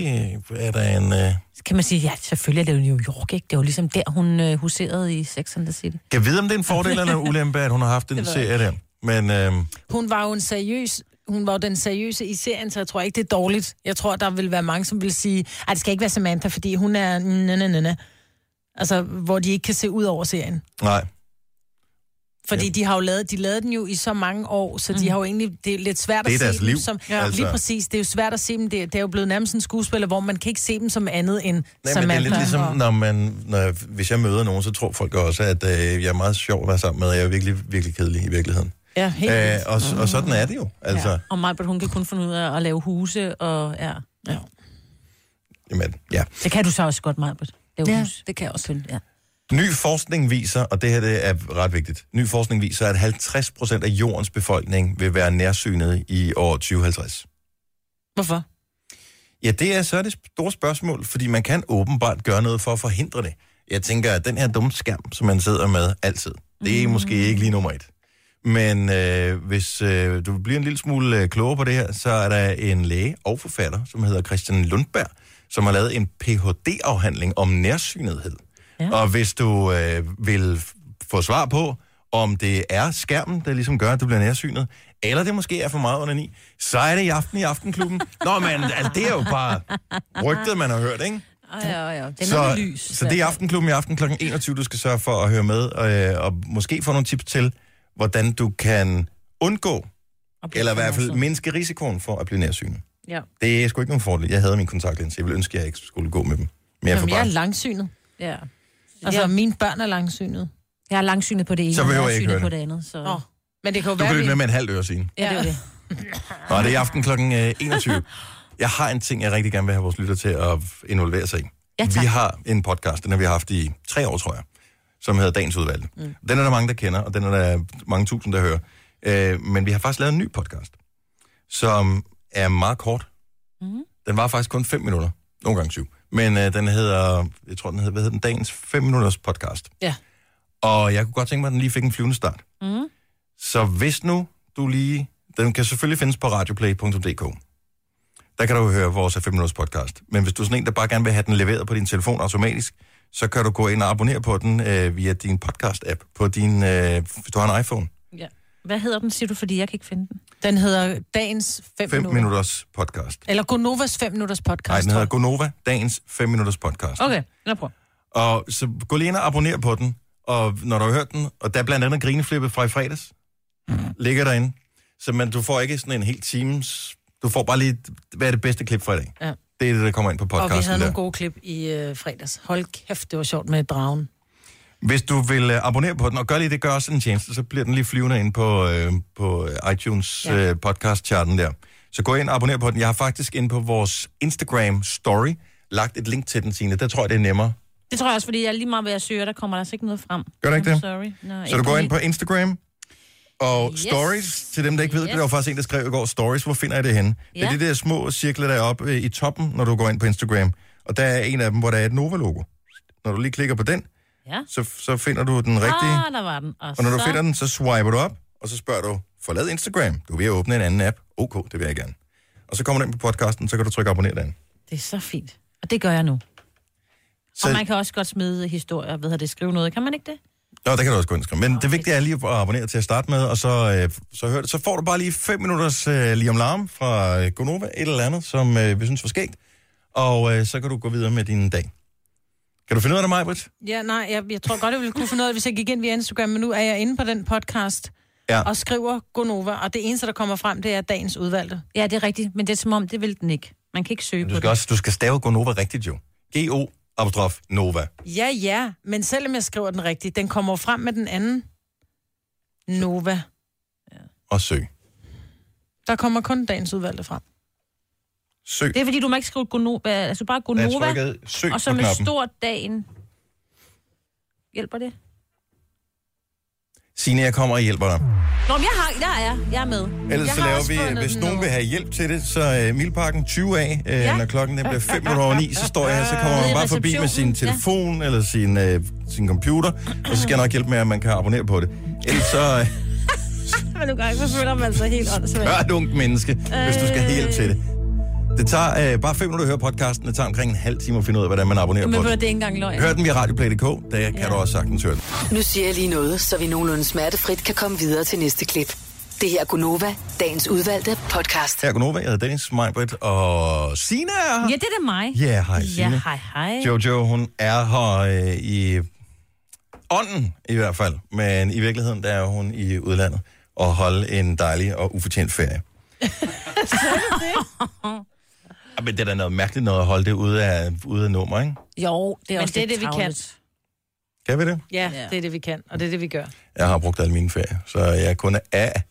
[SPEAKER 1] øh, er der en... Øh...
[SPEAKER 3] Kan man sige, ja, selvfølgelig er det jo New York, ikke? Det var ligesom der, hun øh, huserede i Sex and the City.
[SPEAKER 2] <laughs>
[SPEAKER 1] Kan jeg vide, om det er en fordel eller en ulempe, at hun har haft den serie der? Men øh,
[SPEAKER 2] Hun var jo en seriøs hun var jo den seriøse i serien, så jeg tror ikke, det er dårligt. Jeg tror, der vil være mange, som vil sige, at det skal ikke være Samantha, fordi hun er... Næ, næ, næ, næ. Altså, hvor de ikke kan se ud over serien.
[SPEAKER 1] Nej.
[SPEAKER 2] Fordi de har jo lavet, de lavede den jo i så mange år, så de har jo egentlig, det er lidt svært
[SPEAKER 1] Mm. Det er
[SPEAKER 2] at se
[SPEAKER 1] deres
[SPEAKER 2] dem
[SPEAKER 1] liv,
[SPEAKER 2] som... Ja.
[SPEAKER 1] Ja.
[SPEAKER 2] Altså. Lige
[SPEAKER 1] altså.
[SPEAKER 2] præcis, det er jo svært at se dem. Det, det er jo blevet nærmest en skuespiller, hvor man kan ikke se dem som andet
[SPEAKER 1] Nej,
[SPEAKER 2] end
[SPEAKER 1] men det
[SPEAKER 2] Samantha.
[SPEAKER 1] er lidt ligesom,
[SPEAKER 2] og-
[SPEAKER 1] når man, når jeg, hvis jeg møder nogen, så tror folk også, at øh, jeg er meget sjov at være sammen med, og jeg er virkelig, virkelig kedelig i virkeligheden.
[SPEAKER 2] Ja, helt
[SPEAKER 1] Øh,
[SPEAKER 2] vildt.
[SPEAKER 1] og, og sådan er det jo. Altså, ja.
[SPEAKER 3] Og mig, hun kan kun finde ud af at lave huse, og ja.
[SPEAKER 2] ja.
[SPEAKER 1] Jamen, ja.
[SPEAKER 3] Det kan du så også godt, Majbert. Lave
[SPEAKER 2] Ja,
[SPEAKER 3] ja, hus. det kan jeg også. Ja.
[SPEAKER 1] Ny forskning viser, og det her det er ret vigtigt, ny forskning viser, at 50 procent af jordens befolkning vil være nærsynet i år 2050.
[SPEAKER 2] Hvorfor?
[SPEAKER 1] Ja, det er så er det store spørgsmål, fordi man kan åbenbart gøre noget for at forhindre det. Jeg tænker, at den her dumme skærm, som man sidder med altid, det er måske ikke lige nummer et. Men øh, hvis øh, du bliver en lille smule øh, klogere på det her, så er der en læge og forfatter, som hedder Christian Lundberg, som har lavet en Ph.D.-afhandling om nærsynethed. Ja. Og hvis du øh, vil f- få svar på, om det er skærmen, der ligesom gør, at du bliver nærsynet, eller det måske er for meget under ni, så er det i aften i Aftenklubben. Nå, men altså, det er jo bare rygtet, man har hørt, ikke?
[SPEAKER 3] Ej, ja, ja. Det er
[SPEAKER 1] så,
[SPEAKER 3] noget med lys.
[SPEAKER 1] så det er Aftenklubben i aften kl. 21, du skal sørge for at høre med, og, og måske få nogle tips til, hvordan du kan undgå, eller i hvert fald
[SPEAKER 3] altså.
[SPEAKER 1] mindske risikoen for at blive nærsynet.
[SPEAKER 3] Ja.
[SPEAKER 1] Det er sgu ikke nogen fordel. Jeg havde min kontaktlinse. Jeg ville ønske, at jeg ikke skulle gå med dem. Men jeg får
[SPEAKER 2] Jamen, jeg er
[SPEAKER 1] bare...
[SPEAKER 2] langsynet.
[SPEAKER 3] Ja.
[SPEAKER 2] Altså, ja. mine børn er langsynet.
[SPEAKER 3] Jeg er langsynet på det ene,
[SPEAKER 1] Så behøver jeg ikke
[SPEAKER 3] nærsynet
[SPEAKER 1] høre
[SPEAKER 3] på
[SPEAKER 1] det.
[SPEAKER 3] det andet. Så...
[SPEAKER 2] Nå. Men det kan jo
[SPEAKER 1] Du
[SPEAKER 2] være...
[SPEAKER 1] kan løbe
[SPEAKER 2] vi-
[SPEAKER 1] med med en halv øre siden.
[SPEAKER 3] Ja, det er jo det.
[SPEAKER 1] Nå, det er i aften kl. 21. Jeg har en ting, jeg rigtig gerne vil have vores lytter til at involvere sig i.
[SPEAKER 3] Ja, tak.
[SPEAKER 1] vi har en podcast, den har vi haft i tre år, tror jeg, som hedder Dagens Udvalg. Mm. Den er der mange, der kender, og den er der mange tusind, der hører. Øh, men vi har faktisk lavet en ny podcast, som er meget kort.
[SPEAKER 3] Mhm.
[SPEAKER 1] Den var faktisk kun 5 minutter, nogle gange syv. Men øh, den hedder, jeg tror, den hedder, hvad hedder den? Dagens 5 minutters podcast.
[SPEAKER 2] Ja.
[SPEAKER 1] Og jeg kunne godt tænke mig, at den lige fik en flyvende start.
[SPEAKER 3] Mm.
[SPEAKER 1] Så hvis nu du lige... Den kan selvfølgelig findes på radioplay.dk. Der kan du høre vores 5 minutters podcast. Men hvis du er sådan en, der bare gerne vil have den leveret på din telefon automatisk, så kan du gå ind og abonnere på den øh, via din podcast-app, på din, øh, hvis du har en iPhone.
[SPEAKER 3] Ja. Hvad hedder den, siger du, fordi jeg kan ikke finde den?
[SPEAKER 2] Den hedder Dagens 5
[SPEAKER 1] 5
[SPEAKER 2] minutter. minutter.
[SPEAKER 1] minutters podcast.
[SPEAKER 2] Eller Gonovas 5 minutters podcast.
[SPEAKER 1] Nej, den
[SPEAKER 2] tror
[SPEAKER 1] hedder
[SPEAKER 2] jeg.
[SPEAKER 1] Gonova, dagens 5 minutters podcast.
[SPEAKER 3] Okay, lad prøve.
[SPEAKER 1] Og så gå lige ind og abonner på den, og når du har hørt den, og der er blandt andet grineflippet fra i fredags,
[SPEAKER 2] Mm.
[SPEAKER 1] ligger derinde. Så man, du får ikke sådan en hel times... Du får bare lige, hvad er det bedste klip fra i dag?
[SPEAKER 2] Ja.
[SPEAKER 1] Det er det, der kommer ind på
[SPEAKER 2] Og vi havde
[SPEAKER 1] podcasten der.
[SPEAKER 2] nogle gode klip i øh, fredags. Hold kæft, det var sjovt med dragen.
[SPEAKER 1] Hvis du vil øh, abonnere på den, og gør lige det, gør også en tjeneste, så bliver den lige flyvende ind på, øh, på iTunes
[SPEAKER 2] Ja.
[SPEAKER 1] ja. øh, podcast-charten der. Så gå ind og abonner på den. Jeg har faktisk inde på vores Instagram-story lagt et link til den, Signe. Der tror jeg, det er nemmere.
[SPEAKER 3] Det tror jeg også, fordi jeg lige meget ved at søge, der kommer der altså ikke noget frem.
[SPEAKER 1] Gør der ikke det?
[SPEAKER 3] Sorry. Nå,
[SPEAKER 1] Så du går ind på Instagram og
[SPEAKER 3] Yes.
[SPEAKER 1] yes. stories, til dem, der ikke ved yes. det,
[SPEAKER 3] Yes.
[SPEAKER 1] der var faktisk en, der skrev i går, stories, hvor finder jeg det henne? Ja. Det er
[SPEAKER 3] Ja.
[SPEAKER 1] de der små cirkler, der er oppe øh, i toppen, når du går ind på Instagram. Og der er en af dem, hvor der er et Nova-logo. Når du lige klikker på den,
[SPEAKER 3] Ja.
[SPEAKER 1] så, så finder du den rigtige.
[SPEAKER 3] Ah, der var den. Og,
[SPEAKER 1] Og når du
[SPEAKER 3] så...
[SPEAKER 1] finder den, så swiper du op, og så spørger du, forlad Instagram, du er ved at åbne en anden app. Ok, det vil jeg gerne. Og så kommer den på podcasten, så kan du trykke abonner derinde.
[SPEAKER 3] Det er så fint. Og det gør jeg nu. Så...
[SPEAKER 1] Så,
[SPEAKER 3] Og man kan også godt smide historier, ved at det skrive noget. Kan man ikke det?
[SPEAKER 1] Nå, der kan du også gå ind og skrive. Men det vigtige er lige at abonnere til at starte med, og så, øh, så, hør det. så får du bare lige 5 minutters øh, Liam Larm fra øh, Gonova, et eller andet, som øh, vi synes var skægt. Og øh, så kan du gå videre med din dag. Kan du finde ud af det, Majbrit?
[SPEAKER 2] Ja, nej, jeg, jeg tror godt, jeg ville kunne finde noget, af, hvis jeg gik ind via Instagram, men nu er jeg inde på den podcast
[SPEAKER 1] Ja.
[SPEAKER 2] og skriver Gonova, og det eneste, der kommer frem, det er dagens udvalgte.
[SPEAKER 3] Ja, det er rigtigt, men det er som om, det vil den ikke. Man kan ikke søge
[SPEAKER 1] Du
[SPEAKER 3] på
[SPEAKER 1] skal, også, du skal stave Gonova rigtigt, jo. G-O, apostrof, Nova.
[SPEAKER 2] Ja, ja, men selvom jeg skriver den rigtigt, den kommer jo frem med den anden Nova.
[SPEAKER 1] Og søg.
[SPEAKER 2] Der kommer kun dagens udvalgte frem.
[SPEAKER 1] Søg.
[SPEAKER 3] det. Det er fordi, du må ikke skrive Gonova, altså bare
[SPEAKER 1] Jeg
[SPEAKER 3] Gonova,
[SPEAKER 1] trykkede søg
[SPEAKER 3] og
[SPEAKER 1] på
[SPEAKER 3] så med
[SPEAKER 1] knappen.
[SPEAKER 3] stor dagen. Hjælper det?
[SPEAKER 1] Signe, jeg kommer og hjælper dig.
[SPEAKER 3] Nå, men jeg, har, der er jeg. Jeg er med.
[SPEAKER 1] Ellers
[SPEAKER 3] jeg
[SPEAKER 1] så
[SPEAKER 3] har
[SPEAKER 1] laver
[SPEAKER 3] også
[SPEAKER 1] vi, øh,
[SPEAKER 3] fundet
[SPEAKER 1] hvis
[SPEAKER 3] den
[SPEAKER 1] nogen
[SPEAKER 3] nu.
[SPEAKER 1] vil have hjælp til det, så uh, Milparken 20 af, uh, ja.
[SPEAKER 3] Ja.
[SPEAKER 1] når klokken den bliver 5 minutter over 9, så står jeg her, så kommer
[SPEAKER 3] Nede
[SPEAKER 1] man
[SPEAKER 3] i
[SPEAKER 1] bare forbi med sin
[SPEAKER 3] receptionen, ja.
[SPEAKER 1] telefon ja. eller sin, uh, sin computer, og så skal jeg nok hjælpe med, at man kan abonnere på det. Ellers så
[SPEAKER 3] <laughs>
[SPEAKER 1] uh,
[SPEAKER 3] Men du kan ikke, så føler man sig helt åndssvagt.
[SPEAKER 1] hør et ungt menneske, hvis du skal have hjælp til det. Det tager uh, bare 5 minutter at høre podcasten, det tager omkring en halv time at finde ud af, hvordan man abonnerer
[SPEAKER 3] Men
[SPEAKER 1] på
[SPEAKER 3] ved du,
[SPEAKER 1] det.
[SPEAKER 3] det er ikke engang løgn.
[SPEAKER 1] Hør den via radioplay.dk, der kan du også sagtens høre den.
[SPEAKER 5] Nu siger jeg lige noget, så vi nogenlunde smertefrit kan komme videre til næste klip. Det her er Gunova, dagens udvalgte podcast.
[SPEAKER 1] Her er Gunova, jeg hedder Dennis, Majbrit og Sina er her.
[SPEAKER 3] Ja, det er da mig.
[SPEAKER 1] Ja, hej,
[SPEAKER 3] Ja,
[SPEAKER 1] Signe.
[SPEAKER 3] hej, hej.
[SPEAKER 1] Jojo, hun er her øh, i ånden i hvert fald, men i virkeligheden der er hun i udlandet og holde en dejlig og ufortjent ferie. Ja, Ah, Men det er da noget mærkeligt noget at holde det ude af, ude af nummer, ikke?
[SPEAKER 3] Jo, det er
[SPEAKER 2] Men
[SPEAKER 3] også
[SPEAKER 2] det er
[SPEAKER 3] lidt
[SPEAKER 2] det, vi kan.
[SPEAKER 3] tarveligt.
[SPEAKER 1] Kan vi det?
[SPEAKER 2] Ja, ja, det er det, vi kan, og det er det, vi gør.
[SPEAKER 1] Jeg har brugt alle mine ferier, så jeg er kun af.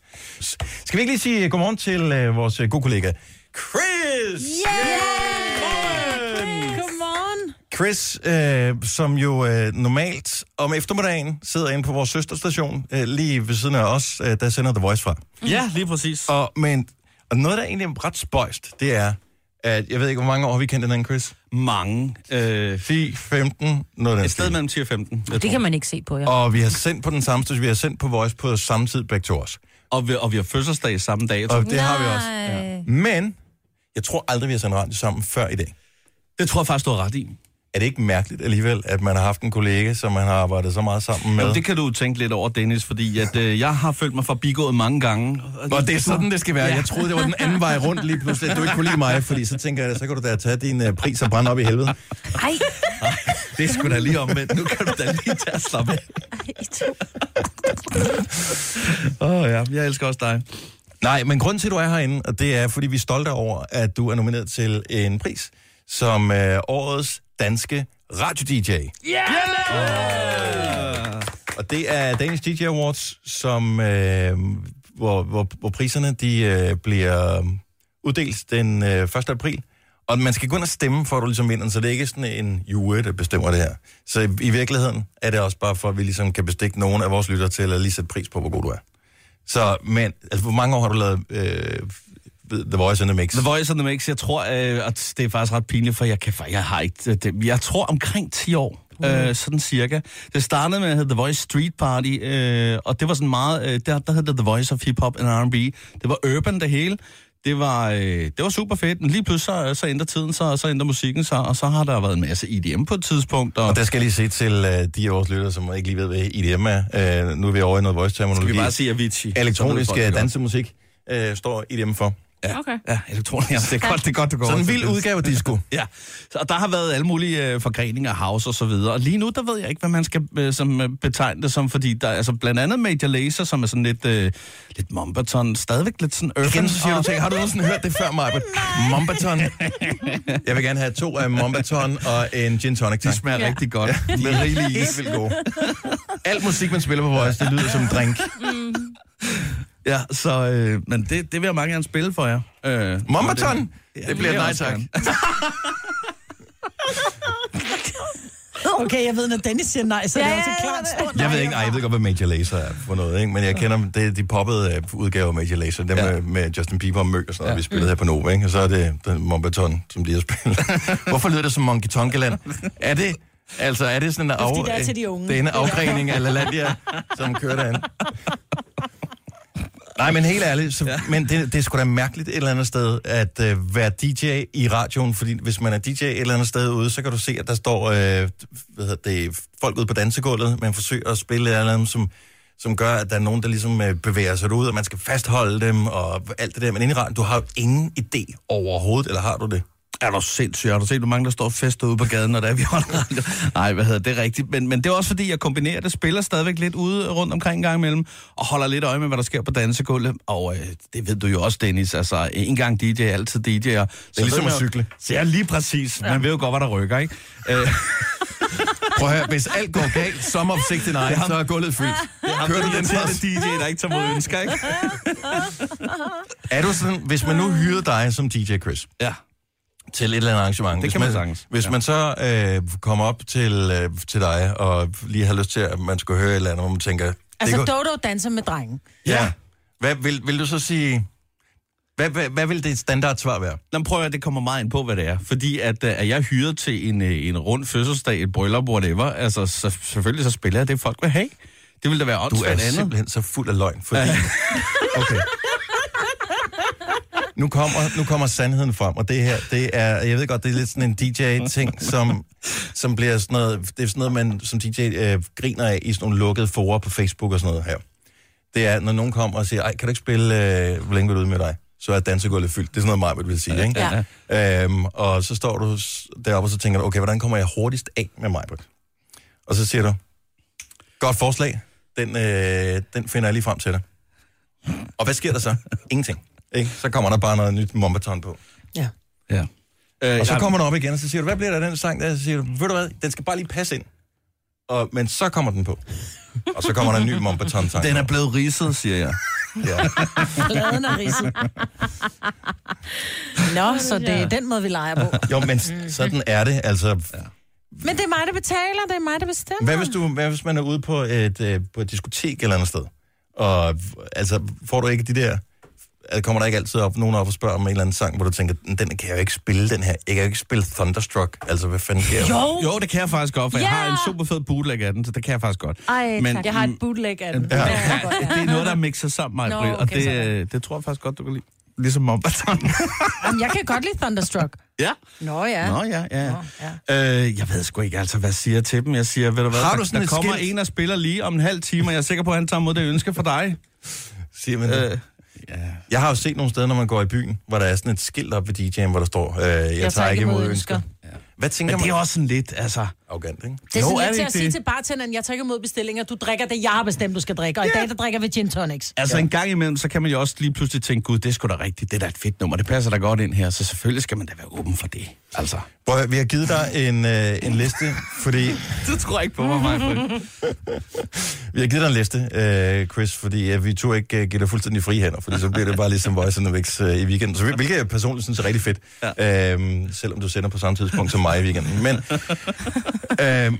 [SPEAKER 1] Skal vi ikke lige sige godmorgen til øh, vores øh, gode kollega Chris!
[SPEAKER 2] Yeah! Godmorgen!
[SPEAKER 1] Chris, øh, som jo øh, normalt om eftermiddagen sidder inde på vores søsterstation, øh, lige ved siden af os, øh, der sender The Voice fra.
[SPEAKER 11] Ja, lige præcis.
[SPEAKER 1] Og, men, og noget, der egentlig er ret spøjst, det er, at jeg ved ikke, hvor mange år har vi kendt hinanden, Chris?
[SPEAKER 11] Mange. Øh,
[SPEAKER 1] 10, 15, noget af den
[SPEAKER 11] Et sted
[SPEAKER 1] stil.
[SPEAKER 11] mellem 10 og 15. jeg
[SPEAKER 3] Det
[SPEAKER 11] tror.
[SPEAKER 3] kan man ikke se på, ja.
[SPEAKER 1] Og vi har sendt på den samme station, vi har sendt på Voice på samme tid begge to os.
[SPEAKER 11] Og vi, og vi har fødselsdag samme dag.
[SPEAKER 1] Og det har vi
[SPEAKER 3] Nej.
[SPEAKER 1] også. Men jeg tror aldrig, vi har sendt radio sammen før i dag.
[SPEAKER 11] Det tror jeg faktisk, du har ret i.
[SPEAKER 1] Er det ikke mærkeligt alligevel, at man har haft en kollega, som man har arbejdet så meget sammen med?
[SPEAKER 11] Jamen, det kan du tænke lidt over, Dennis, fordi at, øh, jeg har følt mig forbigået mange gange.
[SPEAKER 1] Og det er sådan, det skal være. Jeg troede, det var den anden vej rundt lige pludselig, at du ikke kunne lide mig, fordi så tænker jeg, så kan du da tage din uh, pris og brænde op i helvede.
[SPEAKER 3] Ej,
[SPEAKER 11] Det er sgu da lige omvendt. Nu kan du da lige tage at slappe af.
[SPEAKER 3] I to.
[SPEAKER 11] Åh oh, ja, jeg elsker også dig.
[SPEAKER 1] Nej, men grunden til, at du er herinde, og det er, fordi vi er stolte over, at du er nomineret til en pris som uh, årets danske radio-DJ. Og det er Danish DJ Awards, som, øh, hvor, hvor, hvor priserne de, øh, bliver uddelt den øh, 1. april. Og man skal gå ind og stemme, for at du ligesom vinder, så det er ikke sådan en jury, der bestemmer det her. Så i, i virkeligheden er det også bare for, at vi ligesom kan bestikke nogen af vores lyttere til at lige sætte pris på, hvor god du er. Så, men, altså, hvor mange år har du lavet øh, The Voice and the Mix?
[SPEAKER 11] The Voice and the Mix, jeg tror, øh, at det er faktisk ret pinligt, for jeg, kan, fa- jeg har ikke... Det, jeg tror omkring 10 år,
[SPEAKER 1] Mm.
[SPEAKER 11] øh, sådan cirka. Det startede med at hedde The Voice Street Party, øh, og det var sådan meget... Øh, der, der hed det The Voice of Hip Hop and R&B. Det var urban det hele. Det var, øh, det var super fedt, men lige pludselig så, så ændrer tiden sig, og så ændrer musikken sig, og så har der været en masse EDM på et tidspunkt. Og,
[SPEAKER 1] Og der skal jeg lige se til øh, de af vores lyttere, som ikke lige ved, hvad IDM er. Øh, nu er vi over i noget voice-terminologi.
[SPEAKER 11] skal vi bare sige Avicii.
[SPEAKER 1] elektronisk
[SPEAKER 11] Så ved folk det
[SPEAKER 1] øh,
[SPEAKER 11] godt.
[SPEAKER 1] dansemusik øh, står i dem for.
[SPEAKER 3] Okay.
[SPEAKER 11] Ja, elektronisk. Ja, det er godt, det er godt, du går
[SPEAKER 1] Så en
[SPEAKER 11] over til
[SPEAKER 1] vild
[SPEAKER 11] det.
[SPEAKER 1] udgave af disco.
[SPEAKER 11] Ja, Så- og der har været alle mulige øh, forgreninger af house og så videre. Og lige nu, der ved jeg ikke, hvad man skal øh, som, øh, betegne det som, fordi der er altså blandt andet Major Lazer, som er sådan lidt, øh, lidt Mombaton, stadigvæk lidt sådan urban.
[SPEAKER 1] Igen, så siger du
[SPEAKER 11] og-
[SPEAKER 1] ting. Har du nogensinde hørt det før, Maja? Mombaton. Jeg vil gerne have to af Mombaton og en gin tonic, tak.
[SPEAKER 11] De smager
[SPEAKER 3] Ja.
[SPEAKER 11] ja. rigtig godt. De
[SPEAKER 1] Men
[SPEAKER 11] er
[SPEAKER 1] rigeligt
[SPEAKER 11] rigtig
[SPEAKER 1] helt vildt gode. Alt musik, man spiller på Voice, det lyder som en drink.
[SPEAKER 11] Mm. Ja, så, øh, men det, det vil jeg meget gerne spille for jer. Øh,
[SPEAKER 1] Mombaton?
[SPEAKER 11] så Ja,
[SPEAKER 1] Det bliver
[SPEAKER 11] vil jeg
[SPEAKER 1] nej
[SPEAKER 11] også
[SPEAKER 1] tak.
[SPEAKER 11] gerne.
[SPEAKER 2] Okay, jeg ved, når Dennis siger nej, så er det
[SPEAKER 3] Ja,
[SPEAKER 2] også et klart stort nej.
[SPEAKER 1] Jeg ved ikke, nej, jeg ved godt, hvad Major Lazer er for noget, ikke? men jeg kender dem, det er de poppede øh, udgaver af Major Lazer, dem
[SPEAKER 11] Ja.
[SPEAKER 1] med, med Justin Bieber og Møg og sådan noget,
[SPEAKER 11] Ja.
[SPEAKER 1] vi spillede her på Nova, ikke? og så er det den Mombaton, som de har
[SPEAKER 11] <laughs>
[SPEAKER 1] spillet. Hvorfor lyder det som Monkey Tonkeland? Er det, altså, er det sådan en af,
[SPEAKER 2] fordi det er til de unge.
[SPEAKER 1] Det er en afgrening af LaLandia, som kører derinde. Nej, men helt ærligt, så, ja. men det, det er sgu da mærkeligt et eller andet sted at øh, være DJ i radioen, fordi hvis man er DJ et eller andet sted ude, så kan du se, at der står øh, hvad hedder det, folk ude på dansegulvet, man forsøger at spille et eller andet, som, som gør, at der er nogen, der ligesom øh, bevæger sig ud, og man skal fastholde dem og alt det der. Men inde i radioen, du har jo ingen idé overhovedet, eller har du det?
[SPEAKER 11] Er du sindssyg? Har du set, hvor mange der står og fester ude på gaden, når der er vi holder radio? Nej, hvad hedder det? det er rigtigt. Men, men det er også fordi, jeg kombinerer det, spiller stadigvæk lidt ude rundt omkring en gang imellem, og holder lidt øje med, hvad der sker på dansegulvet. Og øh, det ved du jo også, Dennis. Altså, en gang DJ, altid DJ'er. Det er
[SPEAKER 1] ligesom at cykle.
[SPEAKER 11] Så ja, lige præcis. Ja. Man ved jo godt, hvad der rykker, ikke? Øh,
[SPEAKER 1] <laughs> Prøv at høre, hvis alt går galt, som om sigte nej, så er gulvet fyldt.
[SPEAKER 11] Kører du den her DJ, der ikke tager mod ønsker, ikke?
[SPEAKER 1] Er du sådan, hvis man nu hyrede dig som DJ, Chris,
[SPEAKER 11] Ja.
[SPEAKER 1] til et eller andet arrangement.
[SPEAKER 11] Det
[SPEAKER 1] hvis
[SPEAKER 11] kan man sagtens,
[SPEAKER 1] Hvis
[SPEAKER 11] ja.
[SPEAKER 1] man så øh, kommer op til, øh, til dig, og lige har lyst til, at man skulle høre et eller andet, hvor man tænker... det
[SPEAKER 2] Altså,
[SPEAKER 1] kunne-
[SPEAKER 2] Dodo danser med drengen.
[SPEAKER 1] ja. Hvad, vil, vil du så sige... Hvad, hvad, hvad vil det standardsvar være?
[SPEAKER 11] Nå, men prøv at høre, det kommer meget ind på, hvad det er. Fordi at, øh, er jeg hyret til en, øh, en rund fødselsdag, et bryllup, whatever, altså så, selvfølgelig så spiller jeg det, folk vil have. Det ville da være
[SPEAKER 1] Du er
[SPEAKER 11] åndssvagt andet.
[SPEAKER 1] simpelthen så fuld af løgn, fordi... <laughs> Okay. Nu kommer, nu kommer sandheden frem, og det her, det er, jeg ved godt, det er lidt sådan en DJ-ting, som, som bliver sådan noget, det er sådan noget, man som DJ øh, griner af i sådan nogle lukkede forer på Facebook og sådan noget her. det er, når nogen kommer og siger, ej, kan du ikke spille, øh, hvor længe vil du ud med dig? Så er dansegulvet fyldt. Det er sådan noget, mig vil sige, ikke?
[SPEAKER 12] Ja.
[SPEAKER 1] Øhm, og så står du s- deroppe, og så tænker du, okay, hvordan kommer jeg hurtigst af med mig? Og så siger du, godt forslag, den, øh, den finder jeg lige frem til dig. Og hvad sker der så? Ingenting. Ikke? Så kommer der bare noget nyt mombaton på.
[SPEAKER 2] Ja.
[SPEAKER 11] Ja.
[SPEAKER 1] Øh, og så
[SPEAKER 11] jeg-
[SPEAKER 1] kommer den op igen, og så siger du, hvad bliver der af den sang der? Så siger du, ved du hvad, den skal bare lige passe ind. Og, men så kommer den på. Og så kommer der en ny mombaton sang
[SPEAKER 11] Den er blevet ridset, siger jeg.
[SPEAKER 1] Ja.
[SPEAKER 2] Pladen er <laughs> ridset. Nå, så det er den måde, vi leger på.
[SPEAKER 1] Jo, men s-
[SPEAKER 2] Mm.
[SPEAKER 1] sådan er det. Altså,
[SPEAKER 2] Men det er mig, der betaler, det er mig, der bestemmer.
[SPEAKER 1] hvad, hvis du, hvad hvis man er ude på et, øh, på et diskotek et eller andet sted? Og altså, får du ikke de der... altså, Kommer der ikke altid op, nogen op og spørger om en eller anden sang, hvor du tænker, den den kan jeg jo ikke spille, den her. Jeg kan jo ikke spille Thunderstruck. Altså, hvad fanden sker der?
[SPEAKER 11] Jo. jo, det kan jeg faktisk godt, for yeah. jeg har en super fed bootleg af den, så det kan jeg faktisk godt.
[SPEAKER 2] Ej,
[SPEAKER 11] Men-
[SPEAKER 2] tak. Jeg har et bootleg af den.
[SPEAKER 11] Ja. Det er noget, der mixer sammen, mig,
[SPEAKER 2] Nå,
[SPEAKER 11] Britt, og
[SPEAKER 2] okay,
[SPEAKER 11] det,
[SPEAKER 2] så er
[SPEAKER 11] øh, det tror jeg faktisk godt, du kan lide. Ligesom
[SPEAKER 1] <laughs>
[SPEAKER 11] Mombaton.
[SPEAKER 2] Jamen, jeg kan godt lide Thunderstruck.
[SPEAKER 11] ja.
[SPEAKER 2] Nå ja.
[SPEAKER 11] Nå ja, ja. Nå, ja. Øh, jeg ved sgu ikke altså, hvad jeg siger til dem. Jeg siger, ved du hvad,
[SPEAKER 1] Har
[SPEAKER 11] der,
[SPEAKER 1] du sådan
[SPEAKER 11] der
[SPEAKER 1] et
[SPEAKER 11] kommer
[SPEAKER 1] skilt?
[SPEAKER 11] en og spiller lige om en halv time, og jeg er sikker på, at han tager mod det ønske for dig.
[SPEAKER 1] Siger man det?
[SPEAKER 11] Øh,
[SPEAKER 1] Jeg har jo set nogle steder, når man går i byen, hvor der er sådan et skilt op ved DJ'en, hvor der står, øh, jeg, jeg tager ikke imod ønsker. Hvad tænker
[SPEAKER 11] Men
[SPEAKER 1] man?
[SPEAKER 11] det er også sådan lidt, altså...
[SPEAKER 1] Arrogant, ikke?
[SPEAKER 2] Det er sådan
[SPEAKER 11] Jo, er
[SPEAKER 2] lidt
[SPEAKER 11] det
[SPEAKER 2] til
[SPEAKER 11] ikke
[SPEAKER 2] at sige
[SPEAKER 11] det?
[SPEAKER 2] til bartenderen, jeg tager ikke imod bestillinger, du drikker det, jeg har bestemt, du skal drikke. Og i dag, der drikker vi gin tonics.
[SPEAKER 11] Altså en gang imellem, så kan man jo også lige pludselig tænke, gud, det er sgu da rigtigt, det er da et fedt nummer, det passer da godt ind her, så selvfølgelig skal man da være åben for det. Altså.
[SPEAKER 1] Prøv, at høre, vi har givet dig en, øh, en liste, fordi...
[SPEAKER 11] Du tror ikke på mig, Maja.
[SPEAKER 1] Vi har givet dig en liste, øh, Chris, fordi øh, vi tog ikke øh, give dig fuldstændig frie hænder, fordi så bliver det bare ligesom Voice and the Mix øh, i weekenden. Så, hvil- hvilket jeg personligt synes er rigtig fedt, ja. øh, selvom du sender på samme tidspunkt som mig i weekenden. <laughs> Men øh,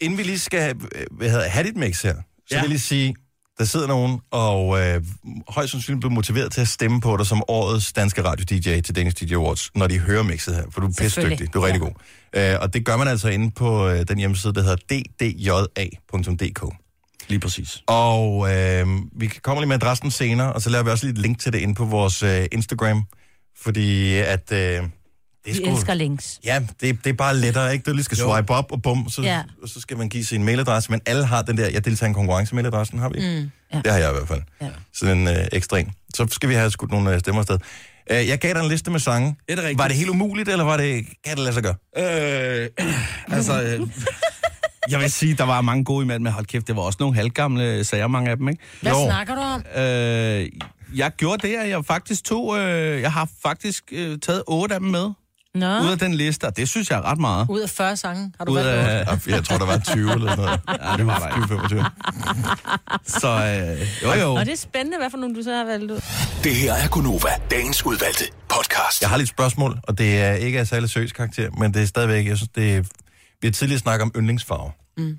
[SPEAKER 1] inden vi lige skal øh, hvad hedder, det, have dit mix her, så ja. vil jeg lige sige, der sidder nogen, og øh, højst sandsynligt bliver motiveret til at stemme på dig som årets danske radio-DJ til Danish DJ Awards, når de hører mixet her, for du er pisse
[SPEAKER 12] Selvfølgelig.
[SPEAKER 1] dygtig, du er rigtig god. Øh, og det gør man altså inde på øh, den hjemmeside, der hedder ddja.dk.
[SPEAKER 11] Lige præcis.
[SPEAKER 1] Og øh, vi kommer lige med adressen senere, og så laver vi også lige et link til det inde på vores øh, Instagram, fordi at... Øh, det er
[SPEAKER 3] Vi elsker links.
[SPEAKER 1] Ja, det, det er bare lettere, ikke? Du lige skal swipe op, og bum, så,
[SPEAKER 3] Ja.
[SPEAKER 1] ja. så skal man give sin mailadresse. Men alle har den der, jeg deltager i en konkurrence, mailadressen har vi ikke?
[SPEAKER 3] Mm, ja.
[SPEAKER 1] Det har jeg i hvert fald.
[SPEAKER 3] Ja.
[SPEAKER 1] Sådan en øh, ekstra en. Så skal vi have skudt nogle øh, stemmer afsted. Øh, jeg gav dig en liste med sange.
[SPEAKER 11] Er det rigtigt?
[SPEAKER 1] Var det helt umuligt, eller var det, kan det lade sig gøre?
[SPEAKER 11] Øh, <clears throat> altså, øh, jeg vil sige, der var mange gode imellem, men hold kæft, det var også nogle halvgamle sager, mange af dem, ikke?
[SPEAKER 2] Hvad snakker du om?
[SPEAKER 11] Øh, jeg gjorde det, at jeg faktisk tog, øh, jeg har faktisk øh, taget otte af dem med.
[SPEAKER 2] Nå.
[SPEAKER 11] Ud af den liste, og det synes jeg er ret meget.
[SPEAKER 2] Ud af 40 sange
[SPEAKER 3] Uh,
[SPEAKER 2] har du
[SPEAKER 11] Ud
[SPEAKER 2] valgt noget.
[SPEAKER 11] af...
[SPEAKER 1] Jeg tror, der var 20 eller sådan noget.
[SPEAKER 11] <laughs> Ja, det var der ikke.
[SPEAKER 1] 25.
[SPEAKER 11] Så øh, jo jo.
[SPEAKER 3] Og det er spændende, hvad for nogle du så har valgt ud.
[SPEAKER 1] Det her er Gunova, dagens udvalgte podcast. Jeg har lidt spørgsmål, og det er ikke af særlig seriøs karakter, men det er stadigvæk, jeg synes, det er... Vi har tidligere snakket om yndlingsfarve.
[SPEAKER 3] Mm.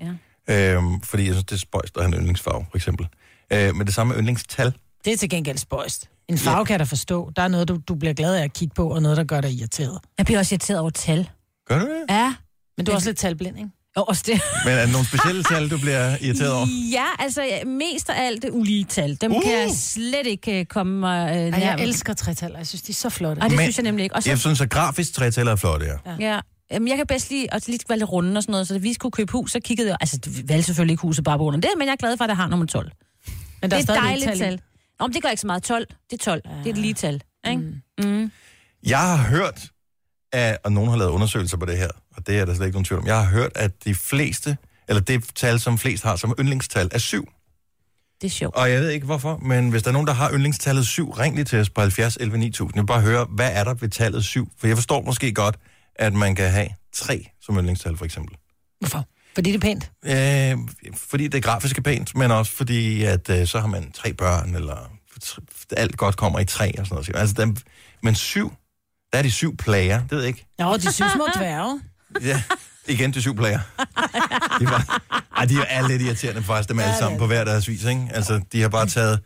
[SPEAKER 3] Ja.
[SPEAKER 1] Øhm, fordi jeg synes, det er spøjst at have en yndlingsfarve, for eksempel. Øh, men det samme med yndlingstal.
[SPEAKER 2] Det er til gengæld spøjst. En farve kan jeg da forstå. Der er noget, du, du bliver glad af at kigge på, og noget, der gør dig irriteret.
[SPEAKER 3] Jeg bliver også irriteret over tal.
[SPEAKER 1] Gør du det?
[SPEAKER 3] Ja.
[SPEAKER 2] Men du er også lidt talblind, ikke?
[SPEAKER 3] Jo, også det.
[SPEAKER 1] Men er der nogle
[SPEAKER 3] <laughs>
[SPEAKER 1] specielle tal, du bliver irriteret over?
[SPEAKER 3] Ja, altså ja, mest af alt det ulige tal. Dem
[SPEAKER 1] Uh!
[SPEAKER 3] uh! kan jeg slet ikke øh, komme mig øh,
[SPEAKER 2] Ej,
[SPEAKER 3] nær.
[SPEAKER 2] jeg elsker tretaller. Jeg synes, de er så flotte.
[SPEAKER 3] Ej, det
[SPEAKER 1] Men-
[SPEAKER 3] synes jeg nemlig ikke. Og så,
[SPEAKER 1] Jeg synes, at grafisk trætaller er flotte, ja.
[SPEAKER 3] Ja. Jamen, jeg kan bedst lide at lige skal være lidt runde og sådan noget, så da vi skulle købe hus, så kiggede jeg, altså vi valgte selvfølgelig ikke huset bare på grund af det, men jeg er glad for, at jeg har nummer 12.
[SPEAKER 2] Men der er
[SPEAKER 3] det er et
[SPEAKER 2] stadig
[SPEAKER 3] dejligt
[SPEAKER 2] et tal i.
[SPEAKER 3] tal. Nå, men det gør ikke så meget. 12, det er 12. Det er et lige tal. Ikke? Mm. Mm.
[SPEAKER 1] Jeg har hørt, at, og nogen har lavet undersøgelser på det her, og det er der slet ikke nogen tvivl om, jeg har hørt, at de fleste, eller det tal, som flest har som yndlingstal, er syv.
[SPEAKER 3] Det er sjovt.
[SPEAKER 1] Og jeg ved ikke hvorfor, men hvis der er nogen, der har yndlingstallet 7, ring lige til os på 70 11 9000. Jeg vil bare høre, hvad er der ved tallet 7? For jeg forstår måske godt, at man kan have 3 som yndlingstal, for eksempel.
[SPEAKER 2] Hvorfor? Fordi det er pænt.
[SPEAKER 1] Øh, fordi det grafisk er pænt, men også fordi, at øh, så har man tre børn, eller tr- alt godt kommer i tre, og sådan noget. Altså, dem, men syv, der er de syv plager, det ved jeg ikke.
[SPEAKER 2] Nå, de syv <laughs> små dværge.
[SPEAKER 1] Ja, igen de syv plager. De var, ej, de er lidt irriterende faktisk, dem alle sammen på hver deres vis, ikke? Altså, de har bare taget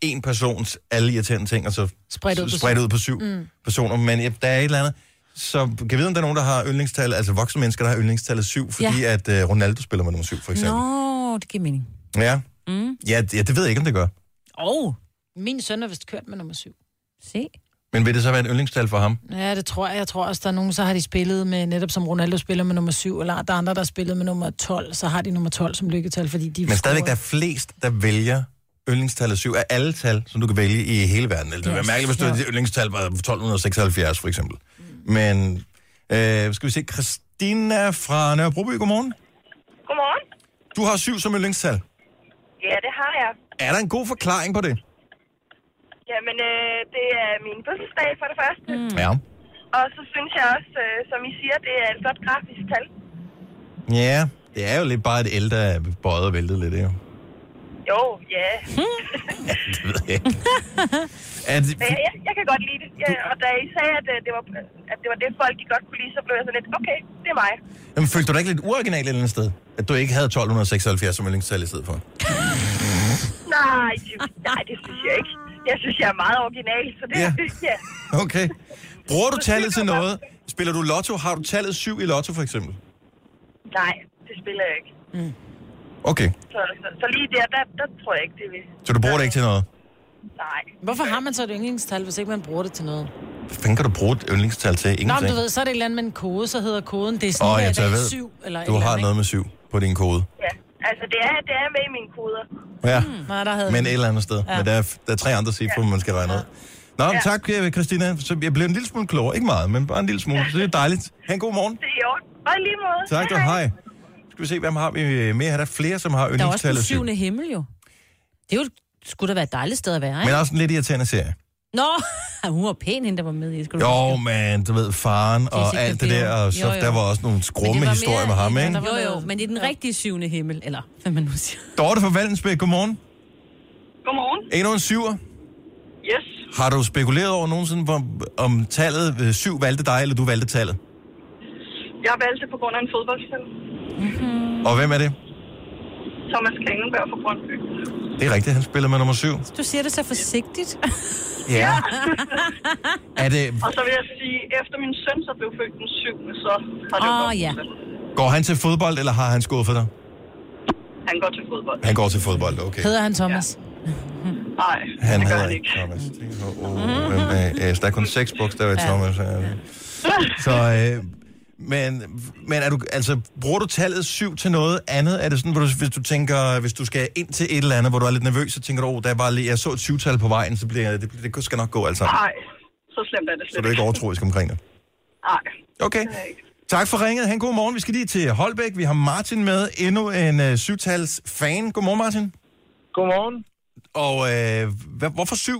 [SPEAKER 1] en persons alle irriterende ting, og så
[SPEAKER 2] Spredt ud på
[SPEAKER 1] spredt
[SPEAKER 2] syv.
[SPEAKER 1] ud på syv
[SPEAKER 2] Mm.
[SPEAKER 1] mm. personer. Men ja, der er et eller andet. Så kan jeg vide, om der er nogen, der har yndlingstal, altså voksne mennesker, der har yndlingstallet syv, fordi
[SPEAKER 3] Ja.
[SPEAKER 1] ja. at uh, Ronaldo spiller med nummer syv, for eksempel.
[SPEAKER 3] Nå, det giver mening.
[SPEAKER 1] No. Ja.
[SPEAKER 3] Mm.
[SPEAKER 1] Ja, d- ja, det ved jeg ikke, om det gør.
[SPEAKER 2] Og min søn er vist kørt med nummer syv.
[SPEAKER 3] Se.
[SPEAKER 1] Men vil det så være et yndlingstal for ham?
[SPEAKER 2] Ja, det tror jeg. Jeg tror også, der er nogen, så har de spillet med, netop som Ronaldo spiller med nummer 7, eller der er andre, der har spillet med nummer 12, så har de nummer 12 som lykketal, fordi de...
[SPEAKER 1] Men stadigvæk, der er flest, der vælger yndlingstallet 7 er alle tal, som du kan vælge i hele verden. Eller, det
[SPEAKER 11] Yes,
[SPEAKER 1] yes, mærkeligt, hvis du
[SPEAKER 11] ja. Mm.
[SPEAKER 1] ja. yndlingstal var 1276, for eksempel. Men øh, skal vi se, Christina fra Nørrebroby, godmorgen.
[SPEAKER 12] Godmorgen.
[SPEAKER 1] Du har 7 som yndlingstal.
[SPEAKER 12] Ja, det har jeg.
[SPEAKER 1] Er der en god forklaring på det?
[SPEAKER 12] Jamen, øh, det er min fødselsdag for det første. Mm.
[SPEAKER 1] Ja.
[SPEAKER 12] Og så synes jeg også, øh, som I siger, det er et godt grafisk tal.
[SPEAKER 1] Ja, det er jo lidt bare et el, der er bøjet og væltet <laughs> lidt, jo.
[SPEAKER 12] Jo, ja.
[SPEAKER 1] Det ved jeg ikke. Er det,
[SPEAKER 12] Men jeg, jeg, jeg kan godt lide det. Ja, og da I sagde, at, øh, det var, at det var det, folk de godt kunne lide, så blev jeg sådan lidt, okay, det er mig.
[SPEAKER 1] jamen, følte du dig ikke lidt uoriginal et eller andet sted? At du ikke havde 1276 som yndlingstal i stedet for?
[SPEAKER 12] Nej, det- nej, det synes jeg ikke. Jeg synes, jeg er meget original, så det
[SPEAKER 1] Ja.
[SPEAKER 12] ja. <laughs> ja.
[SPEAKER 1] <laughs> Okay. Bruger du tallet til noget? Spiller du lotto? Har du tallet 7 i lotto, for eksempel?
[SPEAKER 12] Nej, det spiller jeg ikke.
[SPEAKER 1] Okay,
[SPEAKER 12] Så, så, så lige der, der, der tror jeg ikke, det vil.
[SPEAKER 1] så du bruger det ikke til noget?
[SPEAKER 12] Nej.
[SPEAKER 2] Hvorfor har man så et yndlingstal, hvis ikke man bruger det til noget?
[SPEAKER 1] Hvad fanden kan du bruge et yndlingstal til?
[SPEAKER 2] Nå,
[SPEAKER 1] Ingenting.
[SPEAKER 2] men du ved, så er det et eller andet med en kode, så hedder koden, det er
[SPEAKER 1] Åh,
[SPEAKER 2] sådan,
[SPEAKER 1] ja,
[SPEAKER 2] oh,
[SPEAKER 1] så jeg
[SPEAKER 2] dag
[SPEAKER 1] ved.
[SPEAKER 2] 7, eller et
[SPEAKER 1] Du
[SPEAKER 2] eller
[SPEAKER 1] har
[SPEAKER 2] andet,
[SPEAKER 1] noget med 7 på din kode.
[SPEAKER 12] Ja, altså det er, det er med i mine koder.
[SPEAKER 1] Ja,
[SPEAKER 2] Nej, der havde
[SPEAKER 1] men
[SPEAKER 2] vi
[SPEAKER 1] et
[SPEAKER 2] den.
[SPEAKER 1] eller andet sted.
[SPEAKER 2] Hmm. Ja.
[SPEAKER 1] Men der er, der er tre andre cifre, man skal regne ud. Nå, men tak, øh, Christina. Så jeg blev en lille smule klogere. Ikke meget, men bare en lille smule. Så det er dejligt. Ha' en god morgen.
[SPEAKER 12] Det er i orden. Og i lige måde.
[SPEAKER 1] Tak, og hej. Skal vi se, hvem har vi øh, mere? Er der flere, som har
[SPEAKER 3] Der er også den
[SPEAKER 1] yndlingstallet 7?
[SPEAKER 3] syvende himmel jo. Det er jo, skulle da være et dejligt sted at være,
[SPEAKER 1] Men
[SPEAKER 3] ikke?
[SPEAKER 1] også en lidt irriterende serie.
[SPEAKER 3] Nå, <laughs> hun var pæn, hende der var med i. skulle du
[SPEAKER 1] Jo,
[SPEAKER 3] huske.
[SPEAKER 1] men du ved, faren og
[SPEAKER 3] Jessica
[SPEAKER 1] alt det
[SPEAKER 3] Biel.
[SPEAKER 1] der, og så
[SPEAKER 3] Jo, jo.
[SPEAKER 1] der var også nogle
[SPEAKER 3] Men
[SPEAKER 1] skrumme
[SPEAKER 3] det var
[SPEAKER 1] historier med
[SPEAKER 3] mere
[SPEAKER 1] ham,
[SPEAKER 3] en,
[SPEAKER 1] ikke?
[SPEAKER 3] Jo, jo, men i den rigtige syvende himmel, eller hvad man nu siger.
[SPEAKER 1] Dorte fra Valdensbæk, godmorgen.
[SPEAKER 12] Godmorgen.
[SPEAKER 1] Endnu en syver.
[SPEAKER 12] Yes.
[SPEAKER 1] Har du spekuleret over nogensinde, hvor, om tallet øh, syv valgte dig, eller du valgte tallet?
[SPEAKER 12] Jeg valgte på grund af en fodboldspiller.
[SPEAKER 1] Og hvem er det?
[SPEAKER 12] Thomas Klingenberg fra Brøndby.
[SPEAKER 1] Det er rigtigt, han spiller med nummer syv.
[SPEAKER 3] Du siger det så forsigtigt.
[SPEAKER 1] Ja. Er det,
[SPEAKER 12] og så vil jeg sige, efter min søn så blev født den 7. så har det
[SPEAKER 3] Åh,
[SPEAKER 12] godt.
[SPEAKER 3] ja.
[SPEAKER 1] går han til fodbold, eller har han skuffet dig?
[SPEAKER 12] Han går til fodbold.
[SPEAKER 1] Han går til fodbold, okay.
[SPEAKER 2] Hedder han Thomas?
[SPEAKER 12] Nej,
[SPEAKER 1] Han
[SPEAKER 12] det gør
[SPEAKER 1] hedder
[SPEAKER 12] han
[SPEAKER 1] ikke Thomas. Oh, øh, så der er kun seks bogstaver i
[SPEAKER 12] Ja.
[SPEAKER 1] Thomas. øh. Så, øh, men, men er du, altså, bruger du tallet syv til noget andet? Er det sådan, hvor du, hvis du tænker, hvis du skal ind til et eller andet, hvor du er lidt nervøs, så tænker du, oh, der er bare lige, jeg så et syvtal på vejen, så bliver jeg, det, det skal nok gå alt sammen.
[SPEAKER 12] Nej, så slemt er det
[SPEAKER 1] Så
[SPEAKER 12] slet
[SPEAKER 1] du er ikke overtroisk omkring det.
[SPEAKER 12] Nej.
[SPEAKER 1] Okay. Tak for ringet. Han, god morgen. Vi skal lige til Holbæk. Vi har Martin med. Endnu en øh, syvtals fan. Godmorgen, Martin.
[SPEAKER 13] Godmorgen.
[SPEAKER 1] Og øh, hvad, hvorfor syv?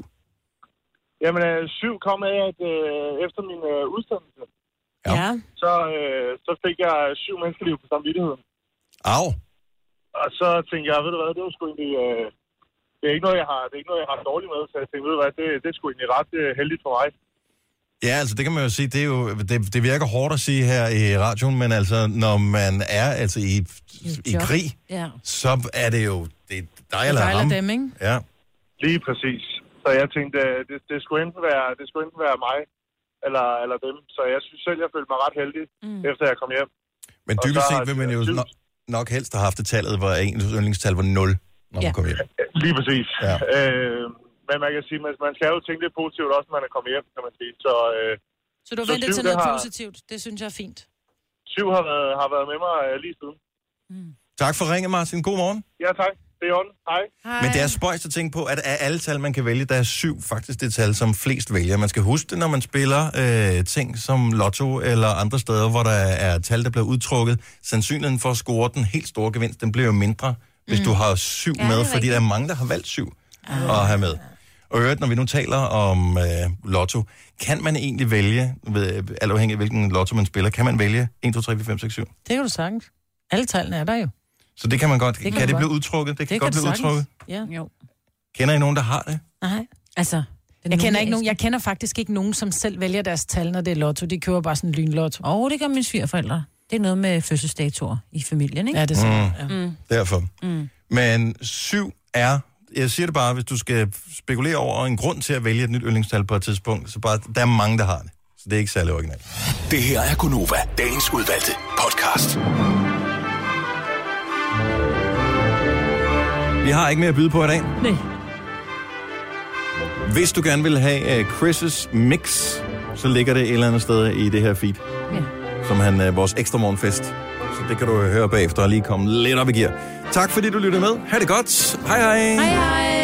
[SPEAKER 13] Jamen, øh, syv kom af, at øh, efter min øh, udsendelse,
[SPEAKER 1] Ja.
[SPEAKER 13] så, øh, så fik jeg syv menneskeliv på samvittigheden.
[SPEAKER 1] Au.
[SPEAKER 13] Og så tænkte jeg, ved du hvad, det var sgu egentlig... Øh, det er ikke noget, jeg har, det er ikke noget, jeg har dårligt med, så jeg tænkte, ved du hvad, det, det er sgu egentlig ret øh, heldigt for mig.
[SPEAKER 1] Ja, altså det kan man jo sige, det, er jo, det, det virker hårdt at sige her i radioen, men altså når man er altså i, i krig,
[SPEAKER 2] Ja.
[SPEAKER 1] så er det jo det er dig
[SPEAKER 13] Det er
[SPEAKER 1] eller
[SPEAKER 13] dig eller
[SPEAKER 1] ham.
[SPEAKER 13] dem, ikke?
[SPEAKER 1] Ja.
[SPEAKER 13] Lige præcis. Så jeg tænkte, øh, det, det, skulle enten være, det skulle enten være mig eller, eller dem. Så jeg synes selv, jeg følte mig ret heldig,
[SPEAKER 1] Mm.
[SPEAKER 13] mm. efter jeg kom hjem.
[SPEAKER 1] Men
[SPEAKER 13] Og
[SPEAKER 1] dybest
[SPEAKER 13] så
[SPEAKER 1] set
[SPEAKER 13] har
[SPEAKER 1] vil
[SPEAKER 13] det
[SPEAKER 1] man jo
[SPEAKER 13] været
[SPEAKER 1] nok, nok helst have haft det tallet, hvor ens yndlingstal var 0, når man
[SPEAKER 13] Ja.
[SPEAKER 1] kom hjem.
[SPEAKER 13] Lige præcis.
[SPEAKER 1] Ja.
[SPEAKER 13] Øh, men man kan sige, man, man skal jo tænke lidt positivt også, når man er kommet hjem, kan man sige. Så, øh,
[SPEAKER 2] Så du har ventet
[SPEAKER 13] syv,
[SPEAKER 2] til
[SPEAKER 13] det
[SPEAKER 2] noget
[SPEAKER 13] har,
[SPEAKER 2] positivt. Det synes jeg er fint.
[SPEAKER 13] Syv har været, har været med mig øh, lige siden.
[SPEAKER 1] Tak for ringe, Martin. God morgen.
[SPEAKER 13] Ja, tak. Det er ånden. Hej.
[SPEAKER 1] Men det er spøjst at tænke på, at af alle tal, man kan vælge, der er syv faktisk det tal, som flest vælger. Man skal huske det, når man spiller øh, ting som lotto eller andre steder, hvor der er tal, der bliver udtrukket. Sandsynligheden for at score den helt store gevinst, den bliver jo mindre, hvis
[SPEAKER 11] Mm.
[SPEAKER 1] du har syv
[SPEAKER 11] Ja,
[SPEAKER 1] med,
[SPEAKER 11] det er
[SPEAKER 1] fordi
[SPEAKER 11] rigtigt.
[SPEAKER 1] der er mange, der har valgt syv at have med. Og i øvrigt, når vi nu taler om øh, lotto, kan man egentlig vælge, ved, alt afhængig af hvilken lotto man spiller, kan man vælge 1, 2, 3, 4, 5, 6, 7?
[SPEAKER 2] Det kan du sagtens. Alle tallene er der jo.
[SPEAKER 1] Så det kan man godt.
[SPEAKER 2] Det
[SPEAKER 1] Det
[SPEAKER 2] kan
[SPEAKER 1] kan,
[SPEAKER 2] man
[SPEAKER 1] kan det
[SPEAKER 2] godt.
[SPEAKER 1] blive udtrukket? Det kan, det godt
[SPEAKER 2] du
[SPEAKER 1] blive
[SPEAKER 2] sagtens.
[SPEAKER 1] udtrukket.
[SPEAKER 2] Ja. Jo.
[SPEAKER 1] Kender I nogen, der har det?
[SPEAKER 2] Nej. Altså, jeg kender, ikke nogen, jeg kender faktisk ikke nogen, som selv vælger deres tal, når det er lotto. De køber bare sådan en lynlotto.
[SPEAKER 3] Åh, oh, det gør mine svigerforældre. Det er noget med fødselsdatoer i familien, ikke?
[SPEAKER 2] Ja, det er sådan,
[SPEAKER 1] Mm. Derfor.
[SPEAKER 3] Mm.
[SPEAKER 1] Men syv er, jeg siger det bare, hvis du skal spekulere over en grund til at vælge et nyt yndlingstal på et tidspunkt, så bare, der er mange, der har det. Så det er ikke særlig originalt.
[SPEAKER 6] Det her er Gunova, dagens udvalgte podcast.
[SPEAKER 1] Vi har ikke mere at byde på i dag.
[SPEAKER 3] Nej.
[SPEAKER 1] Hvis du gerne vil have øh, Chris' mix, så ligger det et eller andet sted i det her feed,
[SPEAKER 3] Ja.
[SPEAKER 1] som han øh, vores ekstra morgenfest. Så det kan du høre bagefter og lige komme lidt op i gear. Tak fordi du lyttede med. Ha' det godt. Hej hej.
[SPEAKER 3] Hej, hej.